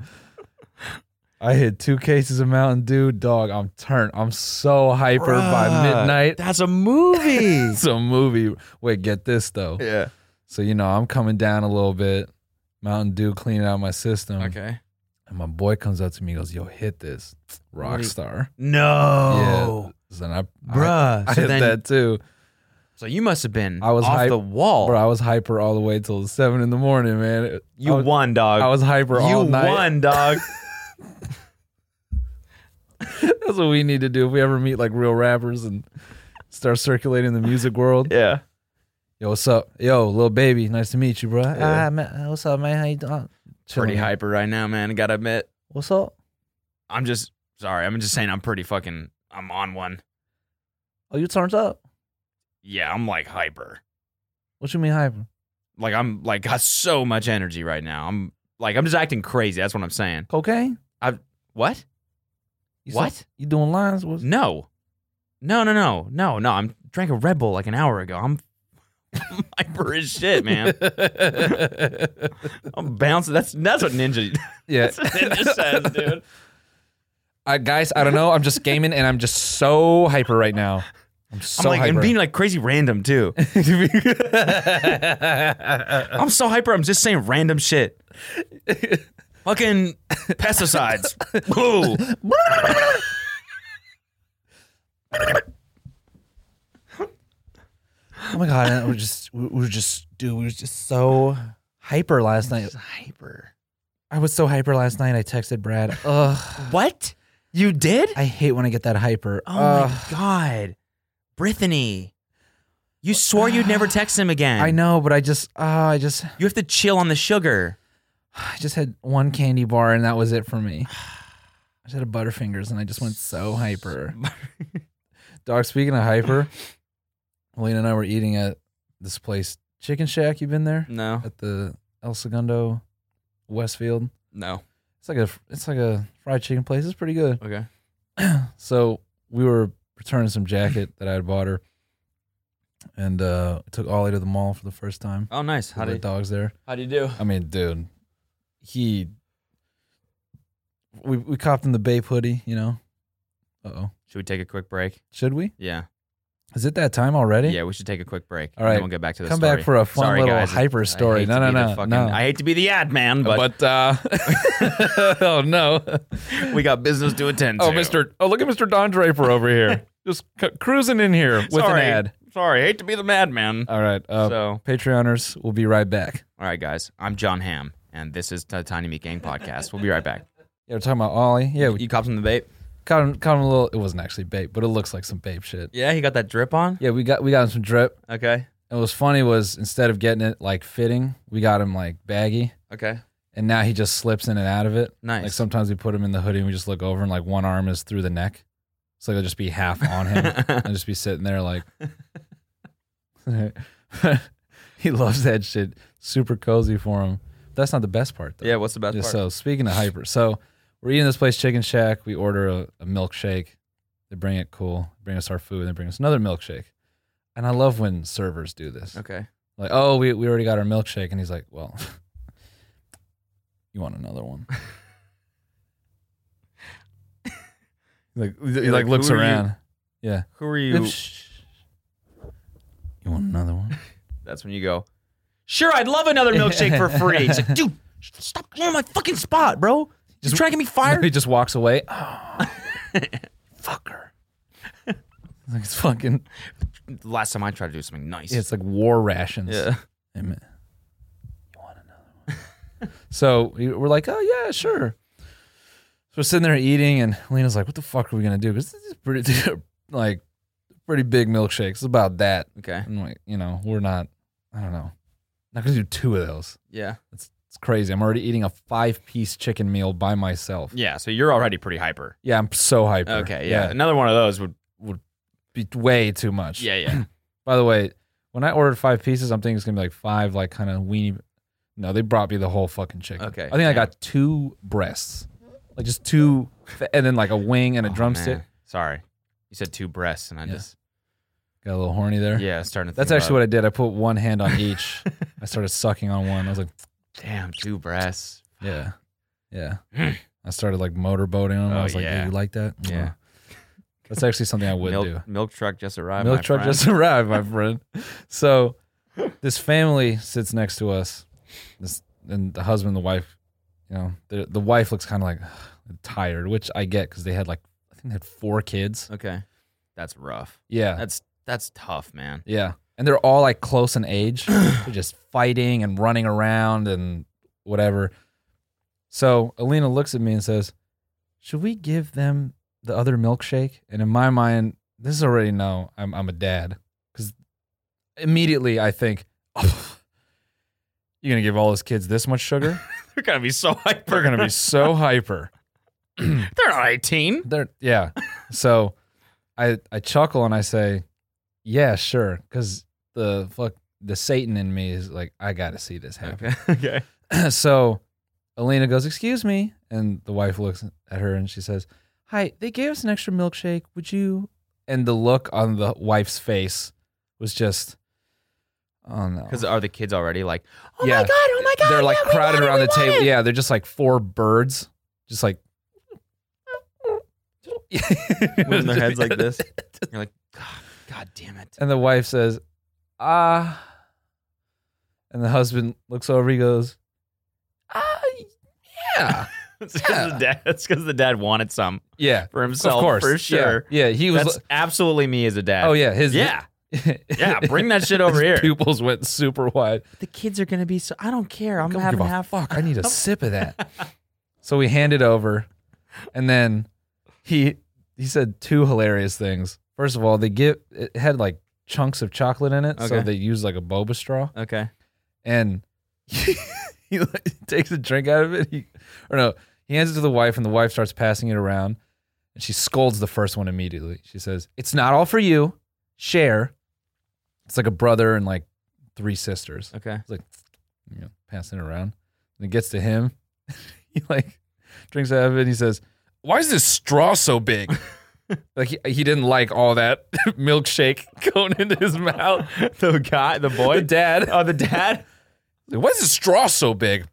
B: I hit two cases of Mountain Dew, dog. I'm turned. I'm so hyper by
A: Bruh,
B: midnight.
A: That's a movie.
B: It's a movie. Wait, get this though.
A: yeah.
B: So you know, I'm coming down a little bit. Mountain Dew cleaning out my system.
A: Okay.
B: And my boy comes up to me, goes, "Yo, hit this,
A: What do you-
B: Rockstar."
A: No.
B: Yeah. So then I, I,
A: Bruh.
B: I
A: so
B: hit
A: then,
B: that too.
A: so you must have been
B: I was
A: off
B: hype-
A: the wall.
B: Bro, I was hyper all the way till seven in the morning, man. It-
A: you
B: I was,
A: won, dog.
B: I was hyper all
A: you
B: night.
A: won, dog.
B: That's what we need to do if we ever meet like real rappers and start circulating the music world.
A: yeah.
B: Yo, what's up? Yo, little baby, nice to meet you, bro.
A: Yeah.
B: Ah, man, what's up, man? How you doing?
A: Pretty
B: Chilling.
A: hyper right now, man. I gotta admit.
B: What's up?
A: I'm just sorry. I'm just saying I'm pretty fucking I'm on one.
B: Oh, you turned up?
A: Yeah, I'm like hyper.
B: What you mean hyper?
A: Like I'm like got so much energy right now. I'm like I'm just acting crazy. That's what I'm saying.
B: Cocaine?
A: What?
B: You
A: What?
B: said- you doing lines? What's,
A: No. No, no, no. No, no. I'm drank a Red Bull like an hour ago. I'm I'm hyper as shit, man. I'm bouncing. That's that's what ninja
B: yeah.
A: that's what ninja says, dude.
B: Uh, guys, I don't know. I'm just gaming and I'm just so hyper right now. I'm
A: I'm
B: so
A: like and
B: hyper.
A: being like crazy random too. I'm so hyper. I'm just saying random shit. Fucking pesticides. Whoa.
B: oh my god, and we're just we we were just dude, we were just so hyper last night.
A: hyper.
B: I was so hyper last night. I texted Brad. Ugh,
A: What? You did?
B: I hate when I get that hyper.
A: Oh
B: Ugh.
A: my god, Brittany! You swore you'd never text him again.
B: I know, but I just uh, I just
A: You have to chill on the sugar.
B: I just had one candy bar and that was it for me. I just had a Butterfingers and I just went so hyper. Dog, speaking of hyper, Elena and I were eating at this place, Chicken Shack. You been there?
A: No,
B: At the El Segundo Westfield.
A: no.
B: It's like a it's like a fried chicken place. It's pretty good.
A: Okay.
B: So we were returning some jacket that I had bought her, and uh, took Ollie to the mall for the first time.
A: Oh, nice. How
B: the
A: did
B: dogs there?
A: how do you do?
B: I mean, dude, he we we copped him the Bape hoodie. You know. Uh oh.
A: Should we take a quick break?
B: Should we?
A: Yeah.
B: Is it that time already?
A: Yeah, we should take a quick break.
B: All
A: And
B: right.
A: then we'll get back to the
B: Come
A: story.
B: back for a fun
A: Sorry,
B: little
A: guys.
B: hyper
A: I
B: story.
A: hate
B: No,
A: to
B: no,
A: be the
B: no,
A: fucking-
B: no.
A: I hate to be the ad man, but,
B: but uh, oh no.
A: we got business to attend to.
B: Oh, Mr. Oh, look at Mr. Don Draper over here. Just c- cruising in here with
A: Sorry.
B: an ad.
A: Sorry, hate to be the madman.
B: All right. Uh,
A: so,
B: Patreoners, we'll be right back.
A: all right, guys, I'm John Hamm, and this is the Tiny Meat Gang podcast. We'll be right back.
B: Yeah, we're talking about Ollie. Yeah, we
A: You cops in the vape?
B: caught him, caught him a little. It wasn't actually bait, but it looks like some babe shit.
A: Yeah, he got that drip on.
B: Yeah, we got we got him some drip.
A: Okay,
B: And what's funny was instead of getting it like fitting, we got him like baggy,
A: okay,
B: and now he just slips in and out of it.
A: nice.
B: Like sometimes we put him in the hoodie and we just look over and like one arm is through the neck, so they'll just be half on him and just be sitting there like. he loves that shit. Super cozy for him. That's not the best part though.
A: yeah, what's the best
B: Yeah,
A: part?
B: so speaking of hyper, so we're eating this place, Chicken Shack. We order a, a milkshake. They bring it cool. Bring us our food. And they bring us another milkshake. And I love when servers do this.
A: okay,
B: Like, oh, we, we already got our milkshake. And he's like, well, you want another one? like, he
A: You're
B: like
A: like,
B: looks
A: who are you?
B: around. Yeah.
A: who are you?
B: You want another one?
A: That's when you go. Sure, I'd love another milkshake for free. It's like, dude, stop blowing my fucking spot, bro. Just trying to get me
B: he
A: fired.
B: just walks away. Oh, fucker. like it's fucking.
A: Last time I tried to do something nice.
B: Yeah, it's like war rations.
A: yeah.
B: Hey, man. You want another one? so we- we're like, oh yeah, sure. So we're sitting there eating, and Lena's like, "What the fuck are we gonna do?" Because this is pretty, like, pretty big milkshakes. It's about that.
A: Okay.
B: And like, you know, we're not. I don't know. Not gonna do two of those.
A: Yeah.
B: It's it's crazy. I'm already eating a five piece chicken meal by myself.
A: Yeah. So you're already pretty hyper.
B: Yeah, I'm so hyper.
A: Okay. Yeah. Another one of those would.
B: be way too much.
A: Yeah. Yeah.
B: By the way, when I ordered five pieces, I'm thinking it's gonna be like five, like kind of weenie. No, they brought me the whole fucking chicken.
A: Okay,
B: I think I
A: damn.
B: got two breasts, like just two, and then like a wing and a
A: Oh,
B: drumstick.
A: man. Sorry. You said two breasts, and I
B: Yeah.
A: just
B: Got a little horny there.
A: yeah, I'm starting to.
B: That's actually what I did. I put one hand on each. I started sucking on one. I was like,
A: what. I, Damn, two breasts.
B: yeah, yeah. I started like motorboating them. I
A: Oh,
B: was like,
A: yeah.
B: hey, you like that?
A: Yeah.
B: Mwah. That's actually something I would
A: milk,
B: do.
A: milk truck just arrived.
B: Milk
A: my
B: truck
A: friend.
B: just arrived, my friend. So this family sits next to us. This and the husband, and the wife, you know, the the wife looks kind of like tired, which I get because they had like I think they had four kids.
A: Okay, that's rough.
B: Yeah,
A: That's that's tough, man.
B: yeah, and they're all like close in age. they're just fighting and running around and whatever. So Alina looks at me and says, "Should we give them the other milkshake?" And in my mind, this is already no. I'm I'm a dad because immediately I think, "Oh, "You're gonna give all those kids this much sugar?
A: They're gonna be so hyper.
B: They're gonna be so hyper."
A: They're not eighteen.
B: They're yeah. So I I chuckle and I say, "Yeah, sure," because the fuck the Satan in me is like, I gotta see this happen.
A: Okay. okay.
B: so Elena goes, "Excuse me," and the wife looks at her and she says, "Hi, they gave us an extra milkshake. Would you?" And the look on the wife's face was just, oh no,
A: Because are the kids already like? Oh my
B: Yeah.
A: god! Oh my god!
B: they're like
A: yeah, we
B: crowded
A: want it,
B: around
A: we
B: the
A: want
B: table.
A: it.
B: Yeah, they're just like four birds, just like.
A: Moving their heads like this. You're like, God, god damn it!
B: And the wife says, "Ah." And the husband looks over. He goes, "Ah, yeah,
A: That's because the dad. That's because the dad wanted some
B: yeah."
A: for
B: Of
A: himself,
B: course,
A: for
B: yeah,
A: sure.
B: Yeah, he was.
A: That's absolutely me as a dad.
B: oh yeah, his
A: yeah, yeah. Bring that shit over
B: his
A: here.
B: Pupils went super wide.
A: The kids are gonna be so. I don't care. I'm
B: Don't
A: having
B: give a
A: half.
B: fuck. I need a sip of that. So we hand it over, and then he he said two hilarious things. First of all, they give it had like chunks of chocolate in it, so
A: Okay.
B: they used like a boba straw.
A: Okay.
B: and he, like, takes a drink out of it. He, or no, he hands it to the wife, and the wife starts passing it around, and she scolds the first one immediately. She says, "It's not all for you. Share." It's like a brother and like three sisters.
A: Okay.
B: It's like you know, passing it around, and it gets to him. he like drinks out of it, and he says, "Why is this straw so big?" like he, he didn't like all that milkshake going into his mouth.
A: the guy, the boy,
B: The dad.
A: Oh, the dad.
B: Why is the straw so big?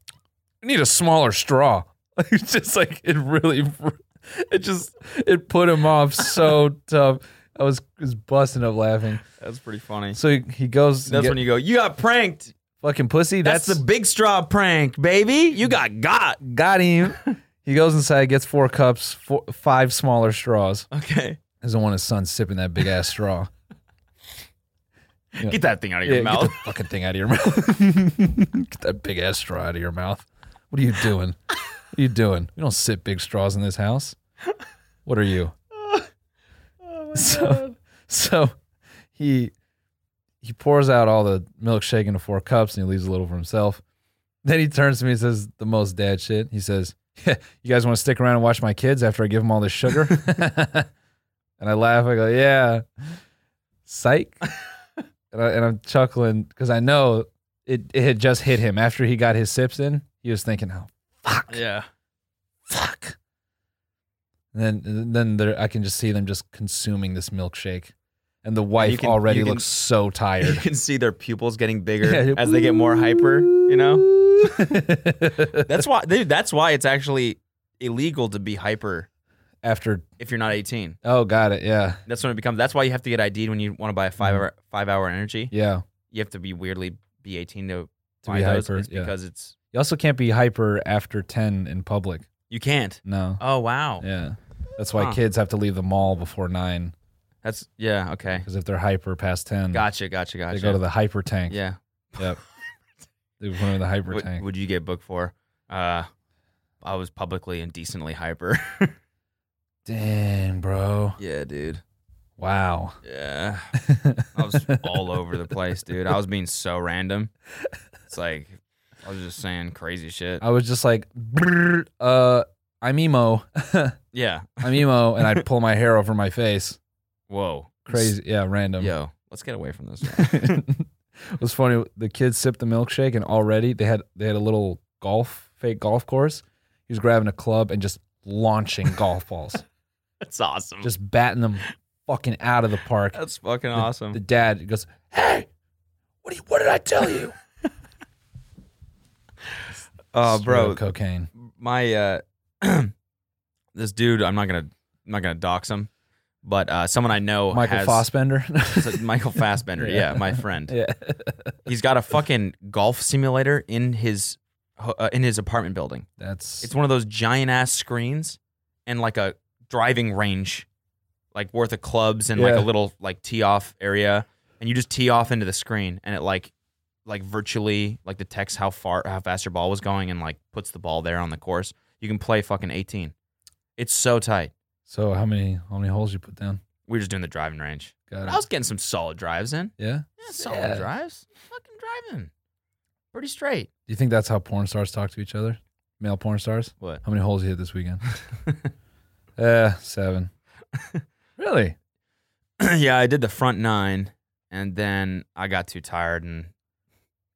B: I need a smaller straw. It's just like it really, it just it put him off so tough. I was was busting up laughing.
A: That's pretty funny.
B: So he, he goes, and
A: That's
B: get-
A: when you go, you got pranked.
B: fucking pussy.
A: That's,
B: That's,
A: the big straw prank, baby. You got got.
B: got him. he goes inside, gets four cups, four, five smaller straws.
A: Okay.
B: Doesn't want his son sipping that big ass straw.
A: Get that thing out of your
B: Yeah,
A: mouth.
B: Get the fucking thing out of your mouth. get that big ass straw out of your mouth. What are you doing? What are you doing? We don't sit big straws in this house. What are you? Oh so, so he he pours out all the milkshake into four cups and he leaves a little for himself. Then he turns to me and says the most dad shit. He says, yeah, "You guys want to stick around and watch my kids after I give them all this sugar?" and I laugh. I go, "Yeah, psych." and, I, and I'm chuckling because I know it, it had just hit him after he got his sips in. He was thinking, "Oh fuck,
A: Yeah.
B: fuck." And then and then there, I can just see them just consuming this milkshake, and the wife
A: can-
B: already
A: you can-
B: looks so
A: You
B: tired
A: can see their pupils getting bigger
B: Yeah.
A: as they get more hyper, you know?
B: know.
A: That's why dude, that's why it's actually illegal to be hyper
B: after
A: if you're not 18.
B: oh, got it, yeah,
A: That's when it becomes that's why you have to get ID'd when you want to buy a 5
B: Mm-hmm.
A: hour 5 hour energy.
B: yeah.
A: You have to be weirdly be 18 to,
B: To
A: buy
B: be
A: those.
B: hyper,
A: It's
B: yeah.
A: because it's
B: You also can't be hyper after ten in public.
A: you can't.
B: No,
A: Oh wow.
B: yeah, that's why
A: Huh.
B: kids have to leave the mall before nine
A: That's yeah, okay.
B: because if they're hyper past ten,
A: Gotcha, gotcha, gotcha.
B: they go to the hyper tank.
A: yeah.
B: Yep. they went in the hyper
A: What
B: tank.
A: would you get booked for? Uh I was publicly and decently hyper.
B: Damn, bro.
A: yeah, dude.
B: Wow.
A: Yeah. I was all over the place, dude. I was being so random. It's like I was just saying crazy shit.
B: I was just like, "Brrr, uh, I'm emo. I'm
A: Yeah.
B: emo. And I'd pull my hair over my face.
A: Whoa.
B: Crazy. Yeah, random.
A: Yo, let's get away from this.
B: it was funny. The kids sipped the milkshake and already they had they had a little golf, fake golf course. He was grabbing a club and just launching golf balls.
A: That's awesome.
B: Just batting them fucking out of the park.
A: That's fucking
B: the-
A: awesome.
B: The dad goes, "Hey, what, do you, what did I tell you?"
A: Oh,
B: Straight
A: bro,
B: up cocaine.
A: my uh this dude, I'm not going to I'm not going to dox him, but uh someone I know
B: Michael
A: has
B: Fossbender.
A: It's like Michael Fassbender,
B: Yeah.
A: yeah, my friend.
B: yeah.
A: He's got a fucking golf simulator in his uh, in his apartment building.
B: That's
A: It's one of those giant ass screens and like a driving range, like worth of clubs and like
B: Yeah.
A: a little like tee off area, and you just tee off into the screen, and it like like virtually like detects how far how fast your ball was going and like puts the ball there on the course. You can play fucking eighteen. It's so tight.
B: so how many how many holes you put down?
A: We were just doing the driving range.
B: Got
A: But
B: it.
A: I was getting some solid drives in.
B: yeah. Do
A: Yeah, solid
B: Yeah.
A: drives. Fucking driving. Pretty straight.
B: you think that's how porn stars talk to each other? Male porn stars?
A: What?
B: How many holes you hit this weekend? uh, seven. really?
A: yeah, I did the front nine and then I got too tired and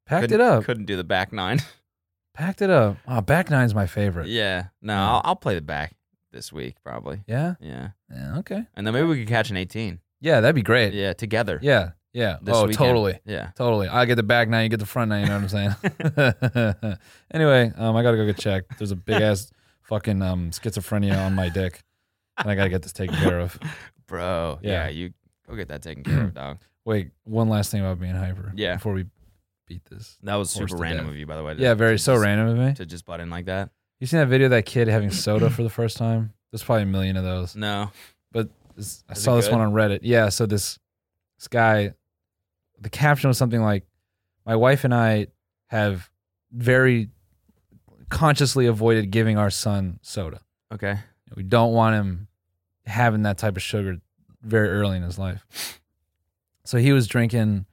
B: Packed
A: couldn't-
B: it up.
A: Couldn't do the back nine.
B: Packed it up. Oh, back nine's my favorite. Yeah.
A: yeah. No,
B: Yeah.
A: I'll, I'll play the back this week probably.
B: Yeah.
A: Yeah.
B: okay.
A: And then maybe we could catch an 18.
B: Yeah, that'd be great. Yeah.
A: Yeah, together.
B: Yeah.
A: This
B: oh,
A: weekend.
B: totally.
A: Yeah.
B: Totally. I get the back nine, you get the front nine, you know what I'm saying? anyway, um, I gotta go get checked. There's a big ass fucking um schizophrenia on my dick. And I gotta get this taken care of.
A: Bro.
B: Yeah.
A: Yeah. you go get that taken care of, dog.
B: Wait, one last thing about being hyper.
A: Yeah.
B: Before we beat this.
A: That was
B: Horse
A: super
B: to
A: random
B: death.
A: of you, by the way. to-
B: Yeah, very
A: to
B: so
A: just-
B: random of me.
A: To just butt in like that.
B: You seen that video of that kid having soda for the first time? There's probably a million of those.
A: No.
B: This- I
A: Is it
B: saw this
A: good?
B: one on Reddit. Yeah, so this this guy, the caption was something like, "My wife and I have very consciously avoided giving our son soda.
A: Okay.
B: We don't want him having that type of sugar very early in his life." So he was drinking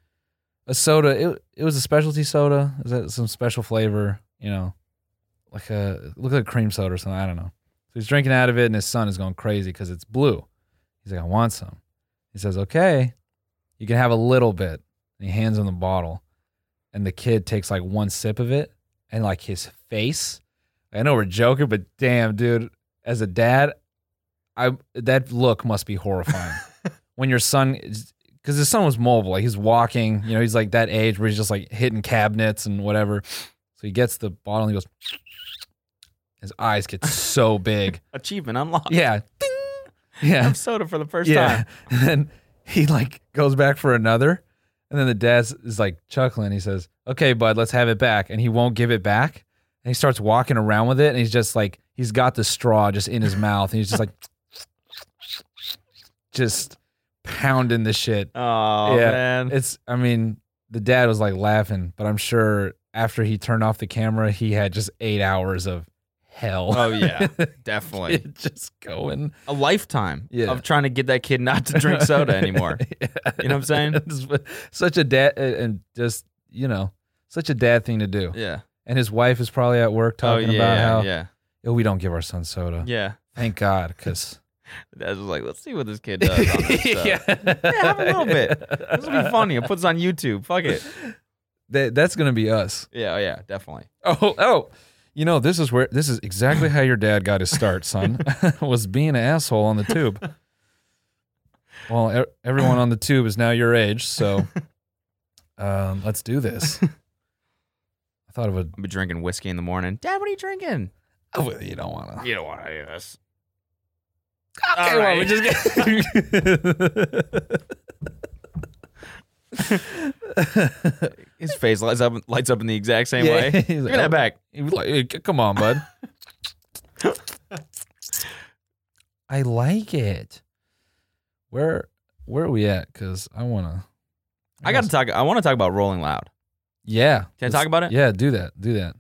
B: a soda. It it was a specialty soda. Is that some special flavor? You know, like a look like cream soda or something. I don't know. So he's drinking out of it, and his son is going crazy because it's blue. He's like, I want some. He says, Okay, you can have a little bit. And he hands him the bottle, and the kid takes like one sip of it, and like his face. I know we're joking, but damn, dude, as a dad, I that look must be horrifying when your son is because his son was mobile like he's walking you know he's like that age where he's just like hitting cabinets and whatever so he gets the bottle and he goes His eyes get so big.
A: Achievement unlocked.
B: Yeah. Ding. Yeah.
A: I'm soda for the first
B: Yeah.
A: time.
B: And then he like goes back for another. And then the dad is like chuckling. He says, Okay, bud, let's have it back. And he won't give it back. And he starts walking around with it. And he's just like, he's got the straw just in his mouth. And he's just like, just pounding the shit.
A: Oh
B: Yeah.
A: man.
B: It's, I mean, the dad was like laughing, but I'm sure after he turned off the camera, he had just eight hours of hell.
A: oh yeah, definitely.
B: just going.
A: A lifetime
B: Yeah.
A: of trying to get that kid not to drink soda anymore.
B: Yeah.
A: You know what I'm saying?
B: It's such a dad, and just, you know, such a dad thing to do.
A: yeah.
B: And his wife is probably at work talking
A: oh yeah,
B: about how
A: yeah,
B: "Oh, we don't give our son soda.
A: yeah.
B: Thank God, because.
A: That's just like, let's see what this kid does. On this, uh, have a little bit. This will be funny. It puts on YouTube. Fuck it.
B: That, that's going to be us.
A: Yeah, oh, yeah, definitely.
B: Oh, oh. You know, this is where this is exactly how your dad got his start, son. was being an asshole on the tube. Well, e- everyone on the tube is now your age, so um, let's do this. I thought it would.
A: I'll be drinking whiskey in the morning. Dad, what are you drinking?
B: Oh, well, you don't want to.
A: You don't want to do this.
B: Okay,
A: All
B: well,
A: right.
B: we just get.
A: His face lights up, lights up in the exact same
B: Yeah,
A: way.
B: he's
A: Give me
B: like,
A: that back.
B: He was like, "Hey, c- come on, bud. I like it. Where where are we at? Because I wanna.
A: I got to talk. I want to talk about Rolling Loud.
B: Yeah.
A: Can I
B: Let's-
A: talk about it?
B: Yeah, do that. Do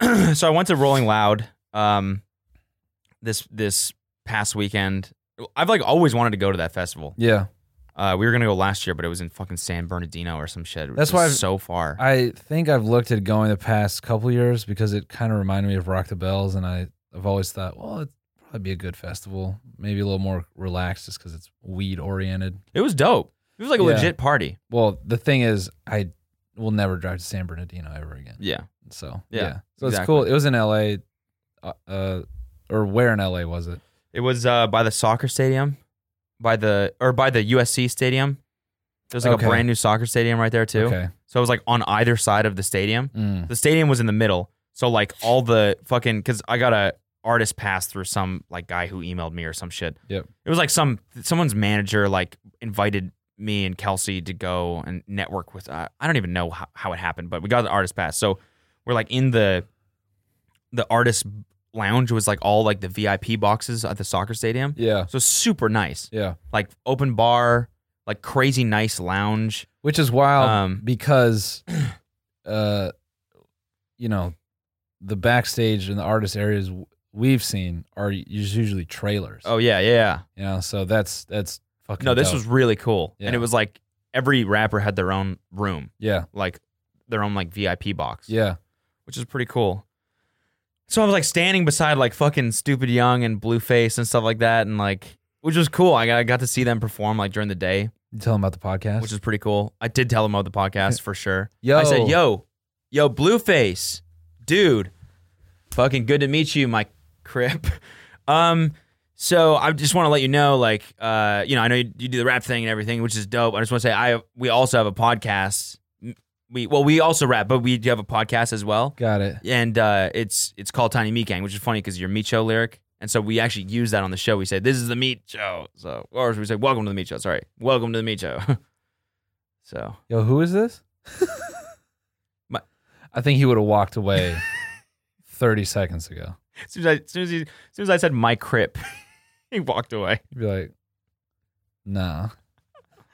B: that.
A: so I went to Rolling Loud um, this this past weekend. I've like always wanted to go to that festival.
B: Yeah.
A: Uh, we were gonna go last year, but it was in fucking San Bernardino or some shit. which
B: That's
A: is
B: why I've-
A: so far.
B: I think I've looked at going the past couple years because it kind of reminded me of Rock the Bells, and I I've always thought, well, it'd probably be a good festival, maybe a little more relaxed, just because it's weed oriented.
A: it was dope. It was like a
B: Yeah.
A: legit party.
B: Well, the thing is, I will never drive to San Bernardino ever again.
A: Yeah,
B: So yeah,
A: Yeah,
B: so it's
A: exactly.
B: cool. It was in L.A. Uh, uh, or where in L.A. was it?
A: it was uh, by the soccer stadium, by the or by the USC stadium. There's like
B: Okay.
A: a brand new soccer stadium right there too.
B: Okay.
A: So it was like on either side of the stadium.
B: Mm.
A: The stadium was in the middle. So like all the fucking because I got a artist pass through some like guy who emailed me or some shit.
B: Yep.
A: It was like some someone's manager like invited me and Kelsey to go and network with. Uh, I don't even know how, how it happened, but we got the artist pass. So we're like in the the artist lounge was like all like the VIP boxes at the soccer stadium.
B: Yeah.
A: So super nice,
B: Yeah.
A: like open bar, like crazy nice lounge.
B: Which is wild
A: Um,
B: because, uh, you know, the backstage and the artist areas w- we've seen are us- usually trailers.
A: Oh yeah, yeah.
B: You know, so that's that's fucking.
A: No, this
B: dope.
A: was really cool.
B: Yeah.
A: And it was like every rapper had their own room,
B: Yeah.
A: like their own like VIP box,
B: Yeah.
A: which is pretty cool. So I was like standing beside like fucking Stupid Young and Blueface and stuff like that and like which was cool. I got, I got to see them perform like during the day,
B: You tell them about the podcast.
A: which is pretty cool. I did tell them about the podcast for sure.
B: yo.
A: I said, "Yo, yo, Blueface, dude, fucking good to meet you, my crip." Um, so I just want to let you know, like, uh, you know, I know you, you do the rap thing and everything, which is dope. I just want to say, I we also have a podcast. We well, we also rap, but we do have a podcast as well,
B: Got it.
A: and uh, it's it's called Tiny Meat Gang, which is funny because your Meat Show lyric. And so we actually use that on the show. We say, "This is the Meat Show," so or we say, "Welcome to the Meat Show." Sorry, "Welcome to the Meat Show." so
B: Yo, who is this?
A: My-
B: I think he would have walked away 30 seconds ago.
A: As soon as I, as soon as, he, as, soon as I said my crip, he walked away.
B: You'd be like, nah,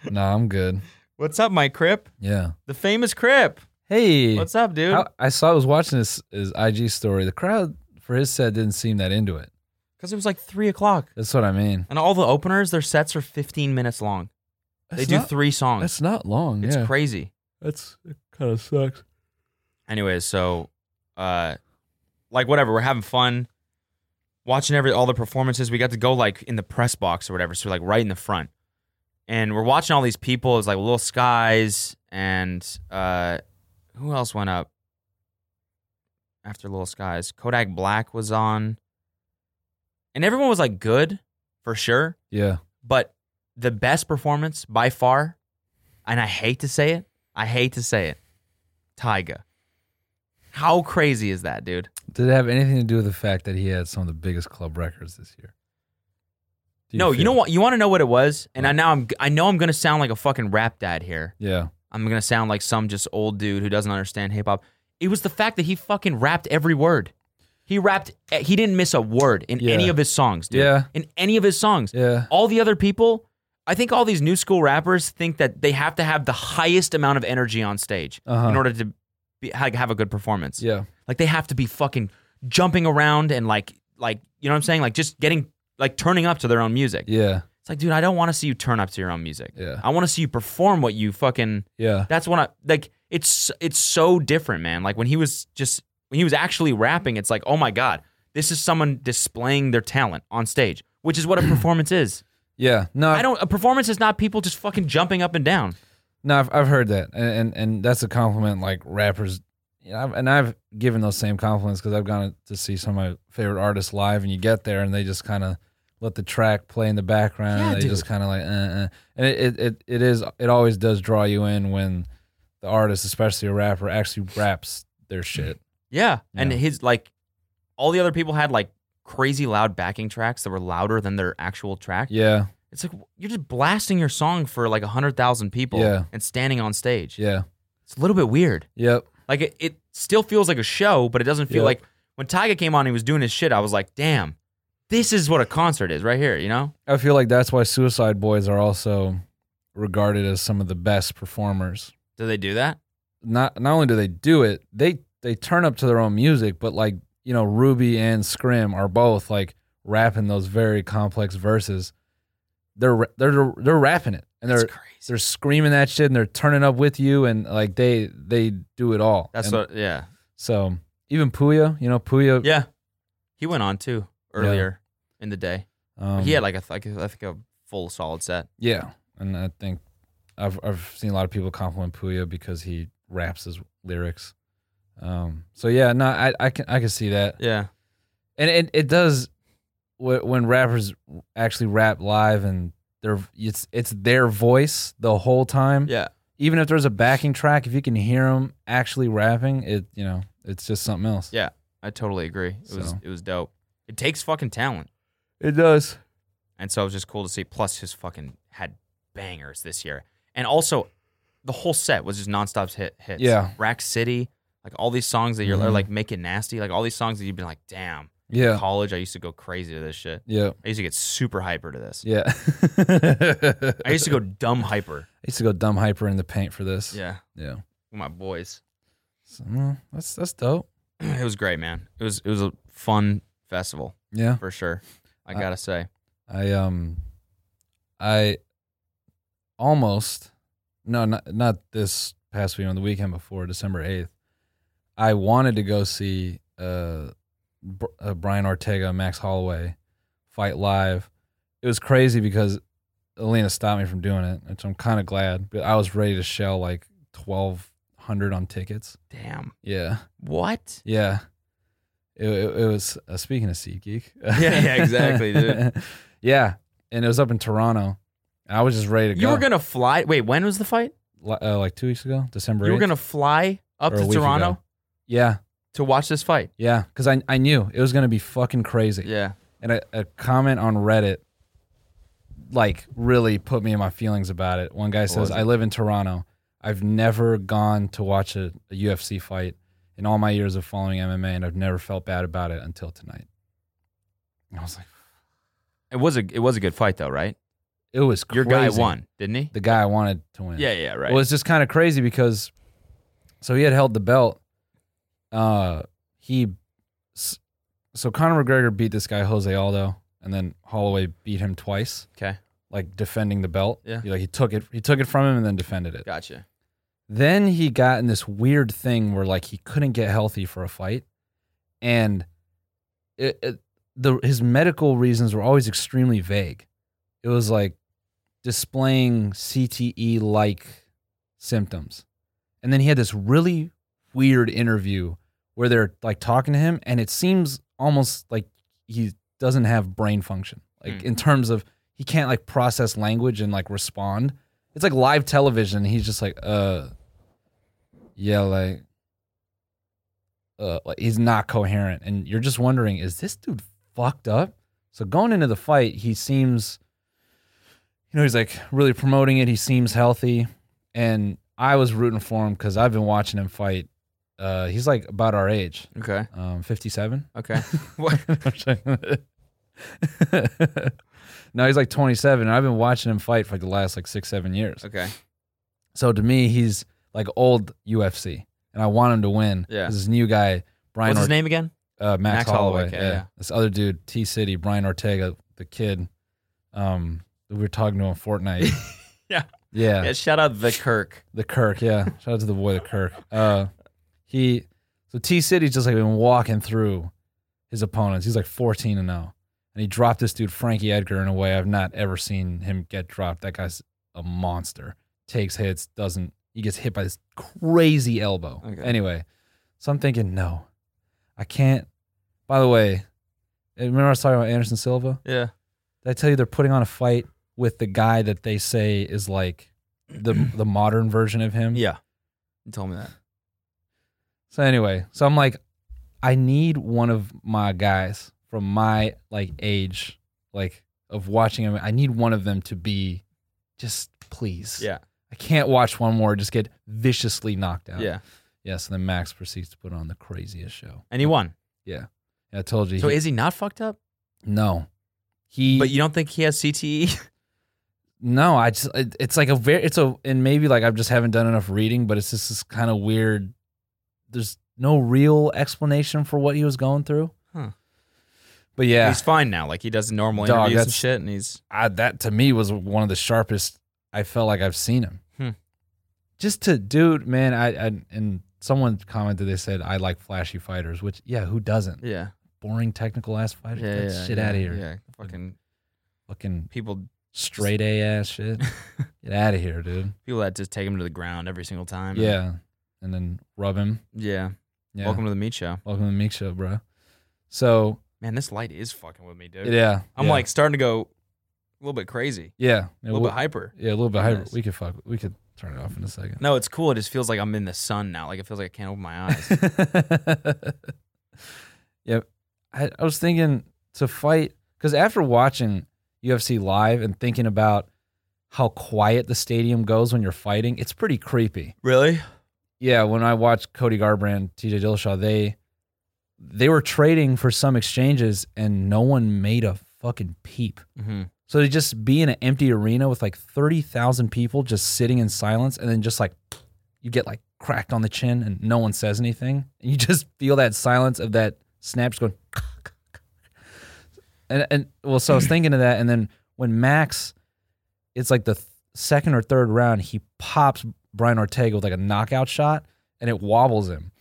B: nah, I'm good.
A: What's up, my crip?
B: Yeah.
A: The famous crip.
B: Hey,
A: What's up, dude?
B: how- I saw I was watching his his IG story. The crowd for his set didn't seem that into it.
A: Because it was like three o'clock,
B: That's what I mean.
A: and all the openers, their sets are fifteen minutes long. they
B: That's
A: do
B: not-
A: three songs.
B: That's not long.
A: It's
B: yeah,
A: crazy.
B: that's it kind of sucks.
A: Anyways, so, uh, like whatever, we're having fun, watching every all the performances. We got to go like in the press box or whatever, so like right in the front, and we're watching all these people. It's like Little Skies and uh, who else went up after Little Skies? Kodak Black was on, and everyone was like good for sure,
B: Yeah,
A: but the best performance by far, and I hate to say it, I hate to say it, Tyga. How crazy is that, dude?
B: Did it have anything to do with the fact that he had some of the biggest club records this year? Do
A: no, you
B: feel-
A: know what? You want to know what it was? And I
B: What?
A: now I'm I know I'm gonna sound like a fucking rap dad here.
B: Yeah.
A: I'm gonna sound like some just old dude who doesn't understand hip hop. It was the fact that he fucking rapped every word. He rapped. eh, He didn't miss a word in
B: Yeah.
A: any of his songs, dude.
B: Yeah.
A: In any of his songs.
B: Yeah.
A: All the other people, I think all these new school rappers think that they have to have the highest amount of energy on stage
B: Uh-huh.
A: in order to be, ha- have a good performance.
B: Yeah.
A: Like they have to be fucking jumping around and like like you know what I'm saying? Like just getting like turning up to their own music.
B: Yeah.
A: It's like, dude, I don't want to see you turn up to your own music.
B: Yeah.
A: I want to see you perform what you fucking
B: Yeah.
A: that's when I like it's it's so different, man. Like when he was just when he was actually rapping, it's like, oh my god, this is someone displaying their talent on stage, which is what a performance is.
B: Yeah. No,
A: I don't. A performance is not people just fucking jumping up and down.
B: No, I've, I've heard that, and, and and that's a compliment like rappers, you know, I've, and I've given those same compliments because I've gone to see some of my favorite artists live, and you get there and they just kind of let the track play in the background,
A: Yeah,
B: and they
A: dude.
B: just kind of like, uh, uh. and it, it it it is it always does draw you in when the artist, especially a rapper, actually raps their shit.
A: Yeah, and
B: Yeah.
A: his like all the other people had like crazy loud backing tracks that were louder than their actual track.
B: Yeah,
A: It's like you're just blasting your song for like a hundred thousand people
B: Yeah.
A: and standing on stage.
B: yeah,
A: It's a little bit weird.
B: yep,
A: Like it, it still feels like a show, but it doesn't feel
B: Yeah.
A: like when Tyga came on and he was doing his shit, I was like, damn, this is what a concert is right here, you know?
B: I feel like that's why Suicide Boys are also regarded as some of the best performers
A: Do they do that?
B: not not only do they do it, they they turn up to their own music, but like you know, Ruby and Scrim are both like rapping those very complex verses. They're ra- they're they're rapping it and
A: That's
B: they're
A: crazy.
B: they're screaming that shit and they're turning up with you and like they they do it all.
A: That's
B: And
A: what, yeah.
B: so even Puya, you know Puya.
A: Yeah. He went on too earlier in the day.
B: um,
A: he had like, a, like, I think a full solid set.
B: yeah, and I think I've I've seen a lot of people compliment Puya because he raps his lyrics. Um, so yeah, no, I I can I can see that.
A: Yeah.
B: and it, it does wh- when rappers actually rap live and their it's it's their voice the whole time
A: Yeah.
B: even if there's a backing track if you can hear them actually rapping it you know it's just something else
A: Yeah. I totally agree. It was,
B: So.
A: it was dope. It takes fucking talent.
B: it does
A: And so it was just cool to see. Plus, his fucking had bangers this year. And also, the whole set was just nonstop hit, hits.
B: Yeah.
A: Rack City, like all these songs that you're
B: Mhm.
A: like making nasty, like all these songs that you've been like, damn,
B: yeah
A: college, I used to go crazy to this shit.
B: yeah
A: I used to get super hyper to this.
B: yeah
A: I used to go dumb hyper.
B: I used to go dumb hyper in the paint for this
A: Yeah.
B: yeah
A: With my boys.
B: so, mm, that's that's dope
A: it was great, man. It was it was a fun festival
B: yeah
A: for sure. I
B: Uh,
A: gotta say.
B: I um I almost no not not this past weekend on the weekend before December 8th I wanted to go see uh, Br- uh Brian Ortega Max Holloway fight live it was crazy because Alina stopped me from doing it which I'm kind of glad but I was ready to shell like 1200 on tickets
A: Damn.
B: yeah
A: What?
B: yeah. It, it, it was uh, speaking of Seat Geek.
A: yeah, exactly, dude.
B: yeah, and it was up in Toronto. And I was just ready to
A: You
B: go.
A: were gonna fly wait, when was the fight?
B: Li- uh, like two weeks ago, December.
A: You were
B: 8th.
A: gonna fly up
B: Or a
A: to
B: week ago.
A: Toronto
B: Yeah,
A: to watch this fight.
B: yeah, because I I knew it was gonna be fucking crazy.
A: Yeah.
B: And a, a comment on Reddit, like, really put me in my feelings about it. One guy
A: was
B: says,
A: it?
B: "I live in Toronto. I've never gone to watch a, a UFC fight in all my years of following MMA, and I've never felt bad about it until tonight." And I was like.
A: It was a it was a good fight though, right?
B: It was
A: Your guy
B: crazy.
A: won, didn't he?
B: The guy I wanted to win.
A: Yeah, yeah, right.
B: Well, it's just kind of crazy because, so he had held the belt. Uh, he, s- so Conor McGregor beat this guy Jose Aldo, and then Holloway beat him twice,
A: okay,
B: like defending the belt.
A: Yeah.
B: He, like he took it, he took it from him, and then defended it.
A: gotcha.
B: Then he got in this weird thing where like he couldn't get healthy for a fight, and it, it the his medical reasons were always extremely vague. It was like displaying CTE like symptoms, and then he had this really weird interview where they're like talking to him, and it seems almost like he doesn't have brain function, like
A: Hmm.
B: in terms of he can't like process language and like respond. It's like live television. and He's just like, uh, yeah, like, uh, like he's not coherent, and you're just wondering, is this dude fucked up? So going into the fight, he seems, you know, he's like really promoting it. He seems healthy, and I was rooting for him because I've been watching him fight. Uh, he's like about our age,
A: Okay.
B: um, fifty-seven.
A: Okay. What?
B: no, he's like twenty-seven. And I've been watching him fight for like the last like six, seven years.
A: Okay.
B: So to me, he's like old UFC, and I want him to win.
A: Yeah.
B: 'Cause This new guy, Brian
A: What's his
B: Ortega,
A: name again?
B: uh, Max,
A: Max Holloway,
B: Holloway.
A: okay, yeah.
B: This other dude, T City, Brian Ortega, the kid. Um, we were talking to him Fortnite.
A: Yeah.
B: yeah,
A: Yeah, shout out the Kirk.
B: the Kirk. Yeah, shout out to the boy, the Kirk. Uh, he so T City's just like been walking through his opponents. He's like fourteen and zero, and he dropped this dude Frankie Edgar in a way I've not ever seen him get dropped. That guy's a monster. Takes hits, doesn't. He gets hit by this crazy elbow.
A: Okay.
B: Anyway, so I'm thinking, no, I can't. By the way, eh, remember I was talking about Anderson Silva?
A: Yeah.
B: Did I tell you they're putting on a fight with the guy that they say is like the the modern version of him?
A: Yeah. You told me that.
B: So anyway, so I'm like, I need one of my guys from my like age, like of watching him. I need one of them to be just please.
A: Yeah.
B: I can't watch one more just get viciously knocked out.
A: Yeah.
B: Yeah. So then Max proceeds to put on the craziest show.
A: And he won.
B: And I told you.
A: So
B: he-
A: is he not fucked up?
B: no. He.
A: But you don't think he has E? CTE?
B: No, I just it, it's like a very it's a and maybe like I just haven't done enough reading, but it's just this kind of weird. There's no real explanation for what he was going through.
A: Huh.
B: But yeah,
A: He's fine now. Like he does normal
B: Dog,
A: interviews and
B: that's-
A: shit, and he's
B: I, that to me was one of the sharpest I felt like I've seen him.
A: Hmm.
B: Just to dude, man, I, I and someone commented they said I like flashy fighters, which yeah, who doesn't?
A: yeah,
B: Boring technical ass
A: yeah,
B: fighters,
A: yeah,
B: get that shit
A: yeah,
B: out of here.
A: Yeah, fucking
B: Fucking
A: people,
B: straight A ass shit. get out of here, dude.
A: people that just take him to the ground every single time.
B: Yeah. And then rub him.
A: yeah.
B: Yeah.
A: Welcome to the meat show,
B: Welcome to the Meek Show, bro. So,
A: man. This light is fucking with me, dude.
B: yeah.
A: I'm
B: yeah,
A: like starting to go a little bit crazy,
B: yeah.
A: a
B: Yeah,
A: little
B: we-
A: bit hyper.
B: yeah, a little bit higher.
A: Yes.
B: We could fuck. We could turn it off in a second.
A: No, it's cool. It just feels like I'm in the sun now. Like it feels like I can't open my eyes.
B: yep. I, I was thinking to fight because after watching UFC live and thinking about how quiet the stadium goes when you're fighting, it's pretty creepy.
A: really?
B: Yeah, when I watched Cody Garbrandt, TJ Dillashaw, they they were trading for some exchanges and no one made a fucking peep.
A: Mm-hmm.
B: So to just be in an empty arena with like 30,000 people just sitting in silence and then just like you get like cracked on the chin and no one says anything. And you just feel that silence of that snap just going. And, and well, so I was thinking of that. And then when Max, it's like the th- second or third round, he pops Brian Ortega with like a knockout shot and it wobbles him.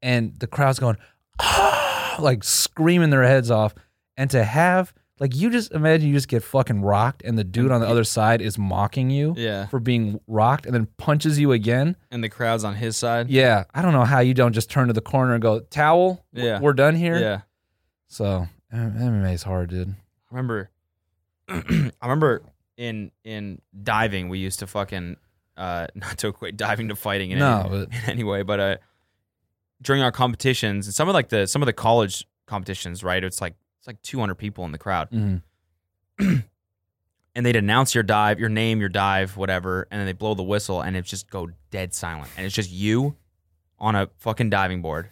B: And the crowd's going, "Ah!" like screaming their heads off. And to have, like, you just imagine you just get fucking rocked and the dude on the other side is mocking you
A: Yeah.
B: for being rocked and then punches you again.
A: And the crowd's on his side.
B: Yeah. I don't know how you don't just turn to the corner and go, towel,
A: Yeah.
B: we're done here.
A: Yeah.
B: So M- MMA is hard, dude.
A: I remember I remember in in diving we used to fucking uh not to equate diving to fighting in,
B: No,
A: any,
B: but-
A: in any way, but uh during our competitions and some of like the some of the college competitions, right? It's like it's like two hundred people in the crowd.
B: Mhm.
A: And they'd announce your dive, your name, your dive, whatever, and then they blow the whistle and it's just go dead silent. And it's just you on a fucking diving board,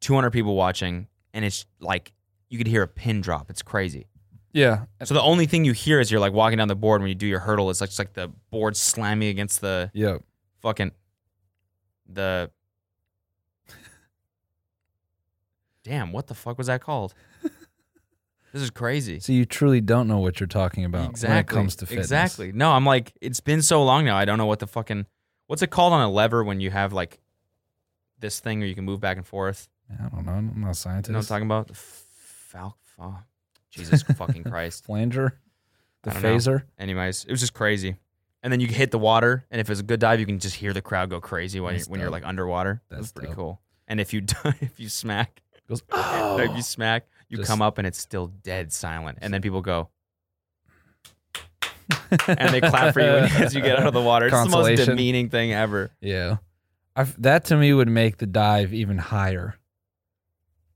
A: two hundred people watching, and it's like you could hear a pin drop. It's crazy.
B: Yeah.
A: So the only thing you hear is you're like walking down the board when you do your hurdle. It's like just like the board slamming against the
B: Yeah.
A: fucking the. Damn, what the fuck was that called? this is crazy.
B: So you truly don't know what you're talking about when it comes to fitness.
A: Exactly. No, I'm like, it's been so long now. I don't know what the fucking what's it called on a lever when you have like this thing where you can move back and forth.
B: I don't know. I'm not a scientist.
A: You know what I'm talking about? The fal- fa- Jesus fucking Christ.
B: Flanger, the
A: I don't know.
B: phaser.
A: anyways, it was just crazy. And then you hit the water, and if it's a good dive, you can just hear the crowd go crazy when
B: That's
A: you're, when you're
B: dope.
A: like underwater. That's
B: That's
A: pretty
B: dope.
A: cool. And if you dive, if you smack,
B: Goes,
A: if you
B: oh.
A: smack, you
B: Just-
A: come up and it's still dead silent, and then people go and they clap for you when, as you get out of the water. It's the most
B: Consolation.
A: demeaning thing ever.
B: Yeah. I f that to me would make the dive even higher.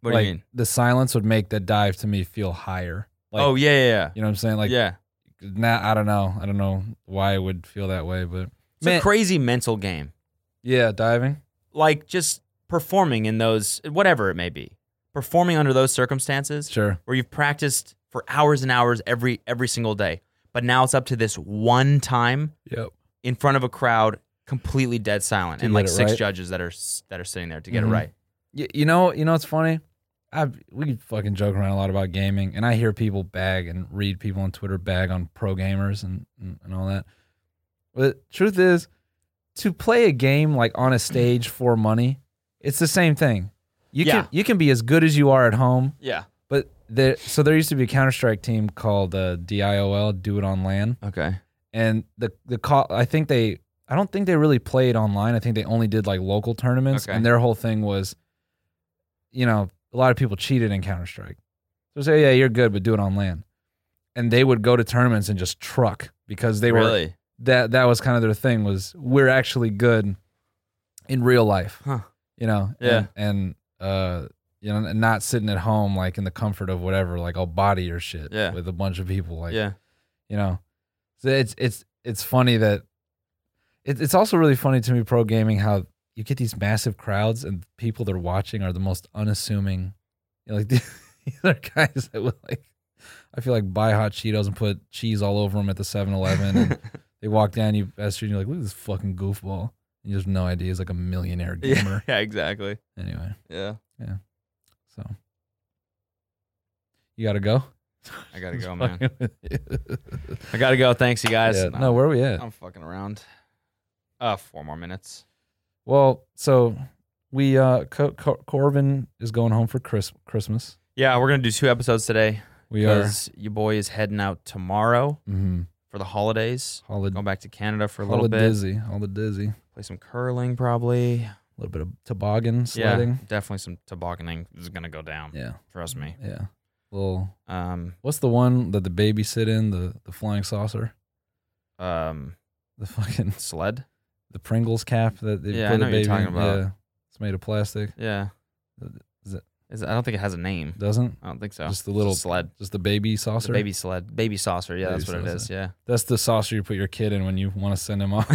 A: What
B: like,
A: do you mean?
B: The silence would make the dive to me feel higher. Like,
A: oh yeah, yeah, yeah.
B: you know what I'm saying? Like,
A: yeah.
B: nah, I don't know. I don't know why I would feel that way, but
A: It's
B: Man-
A: a crazy mental game.
B: yeah, diving.
A: Like just performing in those whatever it may be, performing under those circumstances
B: Sure.
A: where you've practiced for hours and hours every every single day, but now it's up to this one time
B: Yep.
A: in front of a crowd, completely dead silent,
B: To
A: and
B: get
A: like
B: it
A: six
B: right.
A: judges that are s- that are sitting there to get
B: Mhm.
A: it right.
B: You, you know, you know what's funny? I we fucking joke around a lot about gaming, and I hear people bag and read people on Twitter bag on pro gamers and and, and all that. But truth is, to play a game like on a stage for money, it's the same thing. You
A: Yeah.
B: can you can be as good as you are at home,
A: Yeah.
B: but there. So there used to be a Counter Strike team called uh, DIOL, Do It On LAN,
A: Okay.
B: and the the call. I think they. I don't think they really played online. I think they only did like local tournaments,
A: Okay.
B: and their whole thing was, you know, a lot of people cheated in Counter Strike. So say, yeah, you're good, but do it on land. And they would go to tournaments and just truck because they were
A: really.
B: that that was kind of their thing was we're actually good in real life.
A: Huh.
B: You know?
A: Yeah.
B: And, and uh you know, and not sitting at home like in the comfort of whatever, like I'll body your shit
A: Yeah.
B: with a bunch of people. Like
A: yeah.
B: you know so it's it's it's funny that it, it's also really funny to me pro gaming how you get these massive crowds and the people they're watching are the most unassuming you know, like these are guys that would like i feel like buy hot cheetos and put cheese all over them at the 7-eleven and they walk down you pass through and you're like look at this fucking goofball and you have no idea he's like a millionaire
A: yeah.
B: gamer
A: Yeah. Exactly.
B: anyway
A: Yeah.
B: so you gotta go
A: I gotta go, man. I gotta go. Thanks, you guys.
B: Yeah,
A: And
B: no where are we at
A: I'm, I'm fucking around. Uh, four more minutes.
B: Well, so we uh Co- Co- Corbin is going home for Chris- Christmas.
A: Yeah, we're gonna do two episodes today
B: We are
A: because your boy is heading out tomorrow
B: mm-hmm,
A: for the holidays.
B: holiday
A: Going back to Canada for a little
B: holiday
A: bit.
B: dizzy, holiday dizzy, a
A: Play some curling, probably.
B: little bit of toboggan
A: Yeah,
B: sledding.
A: definitely some tobogganing is gonna go down.
B: Yeah,
A: Trust me.
B: yeah. Little
A: Um,
B: what's the one that the baby sit in the the flying saucer,
A: um,
B: the fucking
A: sled.
B: the Pringles cap that they
A: Yeah, I
B: put
A: know what
B: the baby
A: you're
B: in.
A: talking about.
B: Yeah, it's made of plastic.
A: Yeah.
B: Is it-
A: Is it- I don't think it has a name.
B: Doesn't
A: I don't think so.
B: just the
A: It's a
B: little
A: sled.
B: just the baby
A: It's a
B: saucer.
A: baby sled. Baby saucer. Yeah,
B: Baby
A: that's what it is. Yeah.
B: That's the saucer you put your kid in when you want to send him off.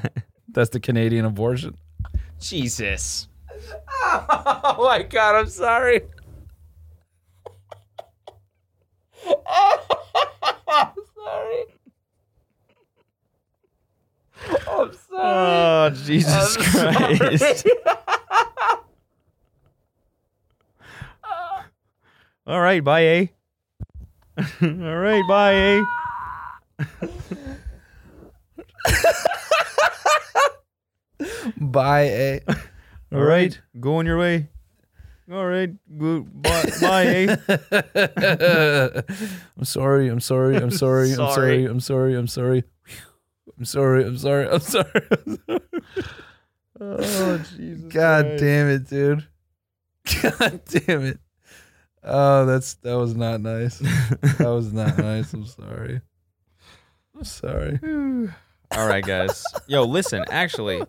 B: That's the Canadian abortion.
A: Jesus.
B: Oh my god, I'm sorry. sorry. I'm sorry.
A: Oh, Jesus Christ. All right, bye, eh? All right, bye, eh?
B: Bye, A.
A: All right, go on your way. All right, go, bye, bye, eh?
B: I'm sorry. I'm sorry. I'm sorry. I'm sorry.
A: Sorry.
B: I'm sorry. I'm sorry. I'm sorry. I'm sorry. I'm sorry. I'm sorry.
A: Oh, Jesus.
B: God
A: Christ.
B: damn it, dude. God damn it. Oh, that's that was not nice. that was not nice. I'm sorry. I'm sorry.
A: All right, guys. Yo, listen, actually,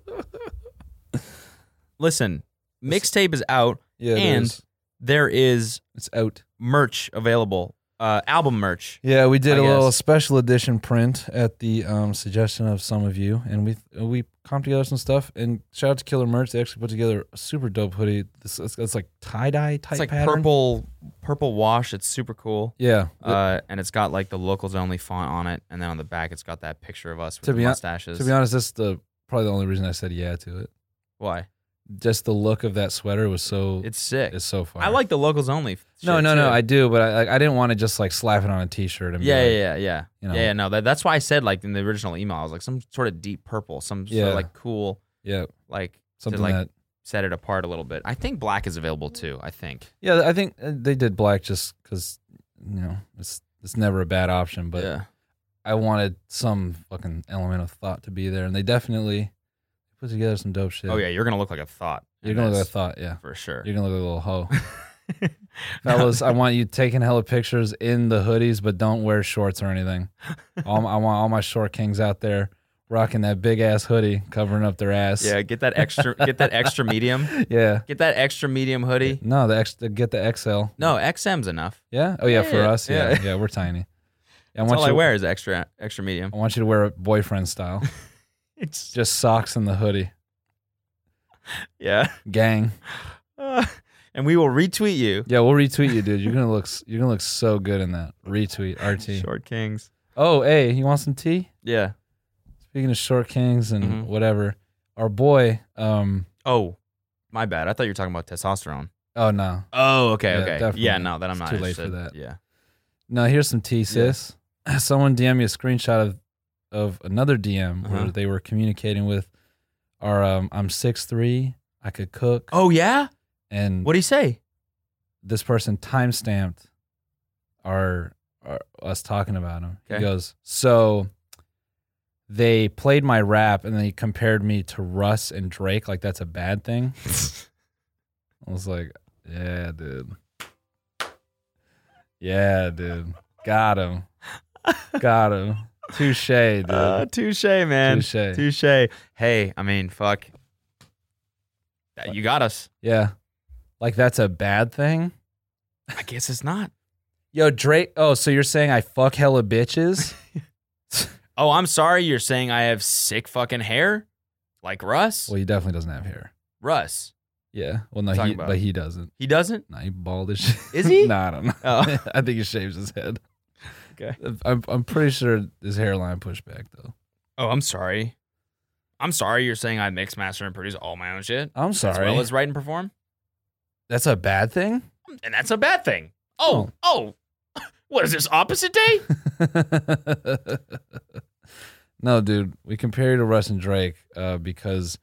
A: listen, mixtape is out.
B: Yeah, it
A: And-
B: is.
A: There is
B: it's out.
A: merch available, uh, album merch.
B: Yeah, we did
A: I
B: a little
A: guess.
B: special edition print at the um, suggestion of some of you, and we we comped together some stuff. And shout out to Killer Merch, they actually put together a super dope hoodie. This it's, it's like tie dye type
A: It's like
B: pattern.
A: purple, purple wash. It's super cool.
B: Yeah,
A: Uh, and it's got like the locals only font on it, and then on the back it's got that picture of us with
B: To
A: the
B: be hon-
A: mustaches.
B: to be honest, that's the probably the only reason I said yeah to it.
A: Why?
B: Just the look of that sweater was so
A: It's sick.
B: It's so far.
A: I like the locals only. f-
B: No,
A: shit,
B: no, no.
A: too.
B: I do, but I like. I didn't want to just like slap it on a T-shirt and be
A: yeah,
B: like,
A: yeah, yeah, yeah,
B: you know.
A: yeah, yeah. No, that, that's why I said like in the original email, I was like some sort of deep purple, some sort
B: Yeah.
A: of like cool,
B: yeah,
A: like
B: something
A: like-
B: that.
A: set it apart a little bit. I think black is available too. I think.
B: Yeah, I think uh, they did black just because you know it's it's never a bad option, but
A: yeah,
B: I wanted some fucking element of thought to be there, and they definitely put together some dope shit.
A: Oh yeah, you're gonna look like a thought.
B: you're
A: in
B: gonna look
A: this,
B: like a thought. Yeah,
A: for sure.
B: you're gonna look like a little hoe, fellas. I want you taking hella pictures in the hoodies, but don't wear shorts or anything. all, my- I want all my short kings out there rocking that big ass hoodie covering up their ass.
A: Yeah, get that extra get that extra medium.
B: Yeah.
A: Get that extra medium hoodie.
B: No, the X, the- get the XL.
A: No, XM's enough.
B: Yeah. Oh yeah, for
A: Yeah,
B: us. Yeah.
A: yeah.
B: Yeah, we're tiny. Yeah, I
A: That's
B: want
A: all I
B: you.
A: wear is extra extra medium.
B: I want you to wear it boyfriend style.
A: It's
B: Just socks and the hoodie.
A: yeah.
B: Gang.
A: Uh, and we will retweet you.
B: Yeah, we'll retweet you, dude. You're gonna look. s- You're gonna look so good in that retweet. RT.
A: Short Kings.
B: Oh, hey, you want some tea?
A: Yeah.
B: Speaking of short kings and
A: Mhm.
B: whatever, our boy. Um.
A: Oh, my bad. I thought you were talking about testosterone.
B: Oh no.
A: Oh, okay,
B: Yeah,
A: okay.
B: definitely.
A: Yeah, no, then I'm
B: It's
A: not
B: too late for
A: interested.
B: that.
A: Yeah.
B: No, here's some tea, sis. Someone DM me a screenshot of of another DM
A: Uh-huh.
B: where they were communicating with our. Um. I'm six three. I could cook.
A: Oh yeah.
B: And
A: What do you say?
B: this person time stamped our, our us talking about him.
A: Okay.
B: He goes, so they played my rap and they compared me to Russ and Drake, like that's a bad thing. I was like, yeah, dude. Yeah, dude. Got him. Got him. Touche, dude.
A: Uh, touche, man.
B: Touche.
A: Touche. Hey, I mean, fuck. Uh, You got us.
B: yeah. Like that's a bad thing.
A: I guess it's not.
B: Yo, Drake. Oh, so you're saying I fuck hella bitches?
A: Oh, I'm sorry. You're saying I have sick fucking hair, like Russ.
B: well, he definitely doesn't have hair.
A: Russ,
B: Yeah. Well, no,
A: Talking
B: he,
A: about
B: but
A: it.
B: he doesn't.
A: he doesn't.
B: Nah, he bald as shit.
A: Is he?
B: no, I don't know.
A: Oh.
B: I think he shaves his head.
A: Okay.
B: I'm, I'm pretty sure his hairline pushed back, though.
A: Oh, I'm sorry. I'm sorry. You're saying I mix, master, and produce all my own shit
B: I'm sorry.
A: as well as write and perform,
B: That's a bad thing?
A: and that's a bad thing. Oh, oh. What is this opposite day?
B: no, dude. We compare you to Russ and Drake uh, because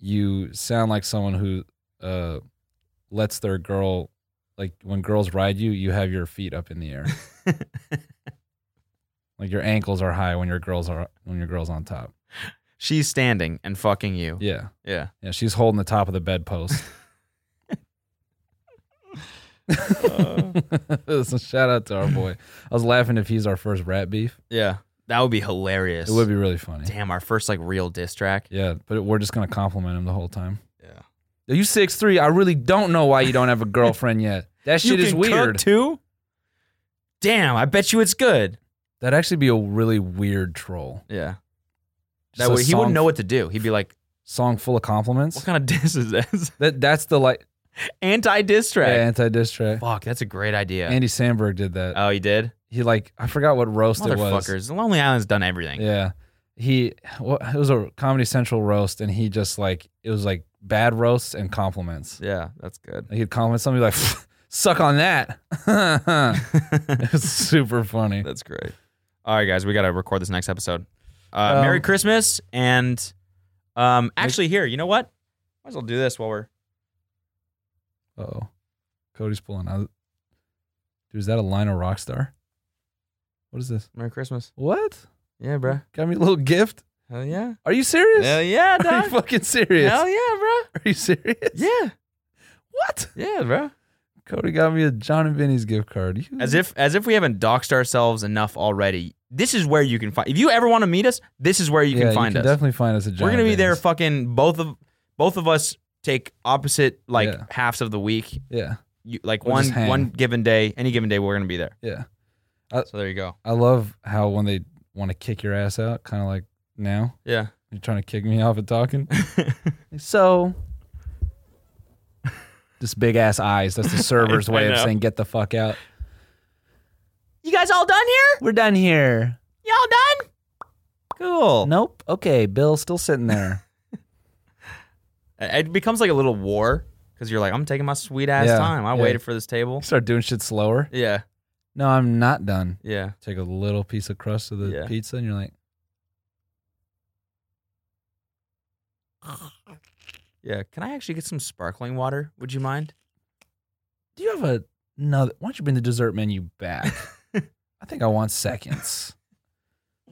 B: you sound like someone who uh, lets their girl, like when girls ride you, you have your feet up in the air. like your ankles are high when your girls are when your girl's on top.
A: She's standing and fucking you.
B: Yeah.
A: Yeah.
B: Yeah, she's holding the top of the bedpost. so shout out to our boy. I was laughing if he's our first rat beef.
A: Yeah. That would be hilarious.
B: It would be really funny.
A: Damn, our first like real diss track.
B: Yeah, but we're just gonna compliment him the whole time.
A: Yeah.
B: Yo, You six three. I really don't know why you don't have a girlfriend yet. That shit is weird.
A: too. Damn, I bet you it's good.
B: That'd actually be a really weird troll.
A: Yeah.
B: Just
A: That
B: a
A: way, he wouldn't
B: song-
A: know what to do. He'd be like,
B: Song full of compliments.
A: "What kind of diss is this?
B: That that's the like
A: Anti diss track."
B: anti diss track.
A: Fuck, that's a great idea.
B: Andy Sandberg did that.
A: oh, he did.
B: he like I forgot what roast it was.
A: Motherfuckers, the Lonely Island's done everything.
B: Yeah. He well, it was a Comedy Central roast and he just like it was like bad roasts and compliments.
A: Yeah, that's good.
B: Like, he'd compliment somebody like suck on that. it was super funny.
A: That's great. All right, guys, we got to record this next episode. Uh,
B: Um,
A: Merry Christmas, and um, actually, here, you know what? Might as well do this while we're.
B: Oh. Cody's pulling out. Dude, is that a line of Rockstar? What is this?
A: Merry Christmas.
B: What?
A: Yeah, bruh.
B: Got me a little gift?
A: Hell yeah.
B: Are you serious?
A: Hell yeah,
B: Are you
A: dog.
B: fucking serious?
A: Hell yeah, bruh.
B: Are you serious?
A: Yeah.
B: What?
A: Yeah, bro.
B: Cody got me a John and Vinny's gift card. You-
A: As if as if we haven't doxed ourselves enough already. This is where you can find. If you ever want to meet us, this is where you
B: Yeah,
A: can find
B: you can
A: us.
B: definitely find us at John
A: We're gonna
B: and
A: be there.
B: Vinny's.
A: Fucking both of both of us take opposite like
B: Yeah.
A: halves of the week.
B: yeah.
A: You, like
B: We'll
A: one
B: just hang.
A: one given day, any given day, we're gonna be there.
B: Yeah.
A: So there you go.
B: I love how when they want to kick your ass out, kind of like now,
A: Yeah.
B: you're trying to kick me off at talking. so, this big ass eyes. That's the server's
A: I
B: way of
A: know.
B: saying get the fuck out.
A: You guys all done here?
B: We're done here.
A: Y'all done? Cool.
B: Nope. Okay, Bill's still sitting there.
A: It becomes like a little war because you're like, I'm taking my sweet ass
B: Yeah,
A: time. I
B: yeah.
A: waited for this table.
B: Start doing shit slower.
A: Yeah.
B: No, I'm not done.
A: Yeah.
B: Take a little piece of crust of the
A: Yeah.
B: pizza, and you're like,
A: Yeah. Can I actually get some sparkling water? Would you mind?
B: "Do you have a another? Why don't you bring the dessert menu back? I think I want seconds.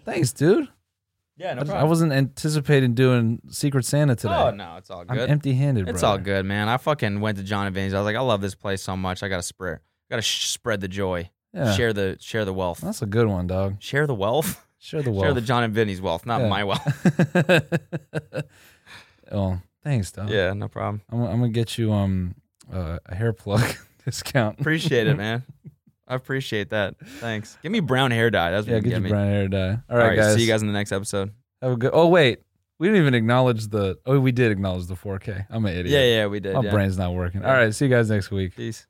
B: Thanks, dude.
A: Yeah,
B: I, I wasn't anticipating doing Secret Santa today.
A: Oh no, it's all
B: I'm
A: good.
B: empty-handed.
A: it's all
B: brother.
A: good, man. I fucking went to John and Vinny's. I was like, I love this place so much. I gotta spread, gotta sh- spread the joy,
B: Yeah.
A: share the share the wealth,
B: That's a good one, dog.
A: share the wealth.
B: Share the
A: Share
B: wealth.
A: the John and Vinny's wealth, not
B: Yeah.
A: my wealth.
B: oh, thanks, Tom.
A: Yeah, no problem.
B: I'm, I'm gonna get you um uh, a hair plug discount.
A: Appreciate it, man. I appreciate that. Thanks. Give me brown hair dye. That's what
B: yeah,
A: you
B: get
A: get
B: your
A: me.
B: brown hair dye. All
A: All
B: right,
A: right,
B: guys.
A: see you guys in the next episode.
B: Have a good. Oh wait, we didn't even acknowledge the. Oh, we did acknowledge the 4K. I'm an idiot.
A: Yeah, yeah, we did.
B: My
A: yeah.
B: brain's not working.
A: Yeah.
B: All right, see you guys next week.
A: Peace.